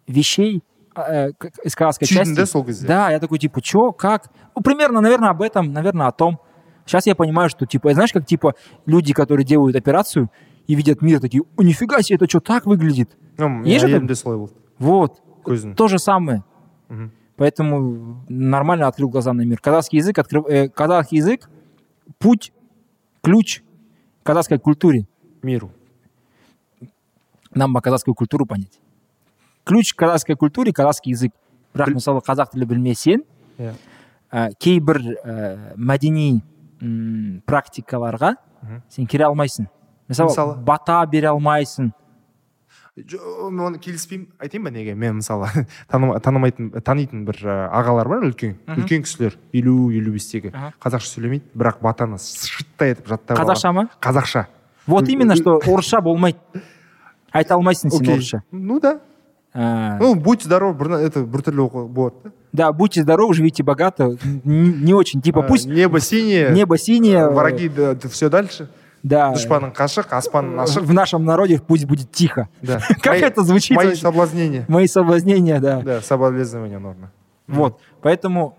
вещей э, к- из казахской Чүйдің части. да сол кезде Да, я такой, типа, чё, как? Ну, примерно, наверное, об этом, наверное, о том. Сейчас я понимаю, что, типа, знаешь, как, типа, люди, которые делают операцию и видят мир, такие, «О, нифига себе, это что, так выглядит? Ну, Есть же менің әйелім де солай болды Вот. көзін То же самое. Мгм. Поэтому нормально открыл глаза на мир. Казахский язык, открыв- э, казахский язык, путь, ключ к казахской культуре. миру Нам бы казахскую культуру понять. Ключ к казахской культуре, казахский язык. Бірақ мысалы қазақ тілі білмесең, иә ә, Э, кейбір ә, мәдени м, практикаларға Мгм. сен кіре алмайсың мысалы, Мысалы? бата бере алмайсың Жо- мен оны келіспеймін айтайын ба неге мен мысалы таныма- танымайтын танитын бір ә, ағалар бар үлкен Мгм. үлкен кісілер елу елу бестегі Аха. қазақша сөйлемейді бірақ батаны шыттай етіп жаттап алған. қазақша ма қазақша вот М, именно м. что орысша болмайды айта алмайсың сен Окей. орысша ну да Ә, ну будь здоров бұрын это біртүрлі оқы- болады да. да будьте здоровы живите богато Н- не очень типа Ә, пусть небо синее небо синее э, враги все дальше да дұшпаның қашық аспаның ашық в нашем народе пусть будет тихо да как Мои- это звучит мои вообще? соблазнения мои соблазнения да да соболезнования норма Вот, поэтому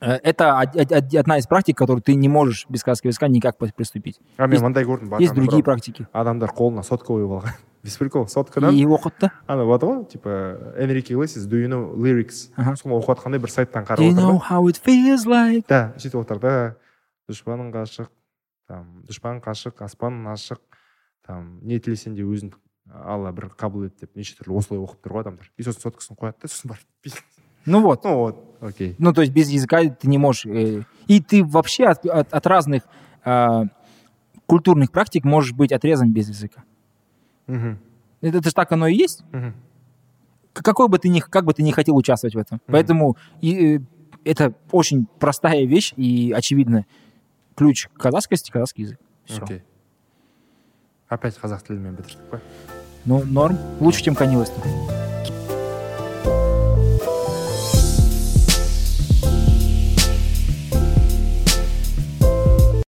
э, это од- од- од- одна из практик, которую ты не можешь без казахского языка никак по- приступить. а мен Есть- мындай көрдім Есть батаны другие бұрын. практики. адамдар қолына сотка қойып алған без прикол соткадан И оқытты. ана болады ғой типа энрике иглесис do you know lyrics Аха. соны оқып жатқандай бір сайттан Do you қарап know отыр how it feels like? да да сөйтіп отыр да дұшпаның қашық там дұшпан қашық аспан ашық там не тілесең де өзін алла бір қабыл ет деп неше түрлі осылай оқып тұр ғой адамдар и сосын соткасын қояды да сосын барып пи- Ну вот. ну вот окей Ну, то есть без языка ты не можешь. э, И ты вообще от, от- от разных э, культурных практик можешь быть отрезан без языка. мхм Это, же так оно и есть. мхм К- Какой бы ты ни, как бы ты ни хотел участвовать в этом. Поэтому и, э, это очень простая вещь и очевидная. Ключ к казахскости, казахский язык. Все. окей опять қазақ тілімен бітірдік қой Ну, норм. Лучше, чем Канилостин.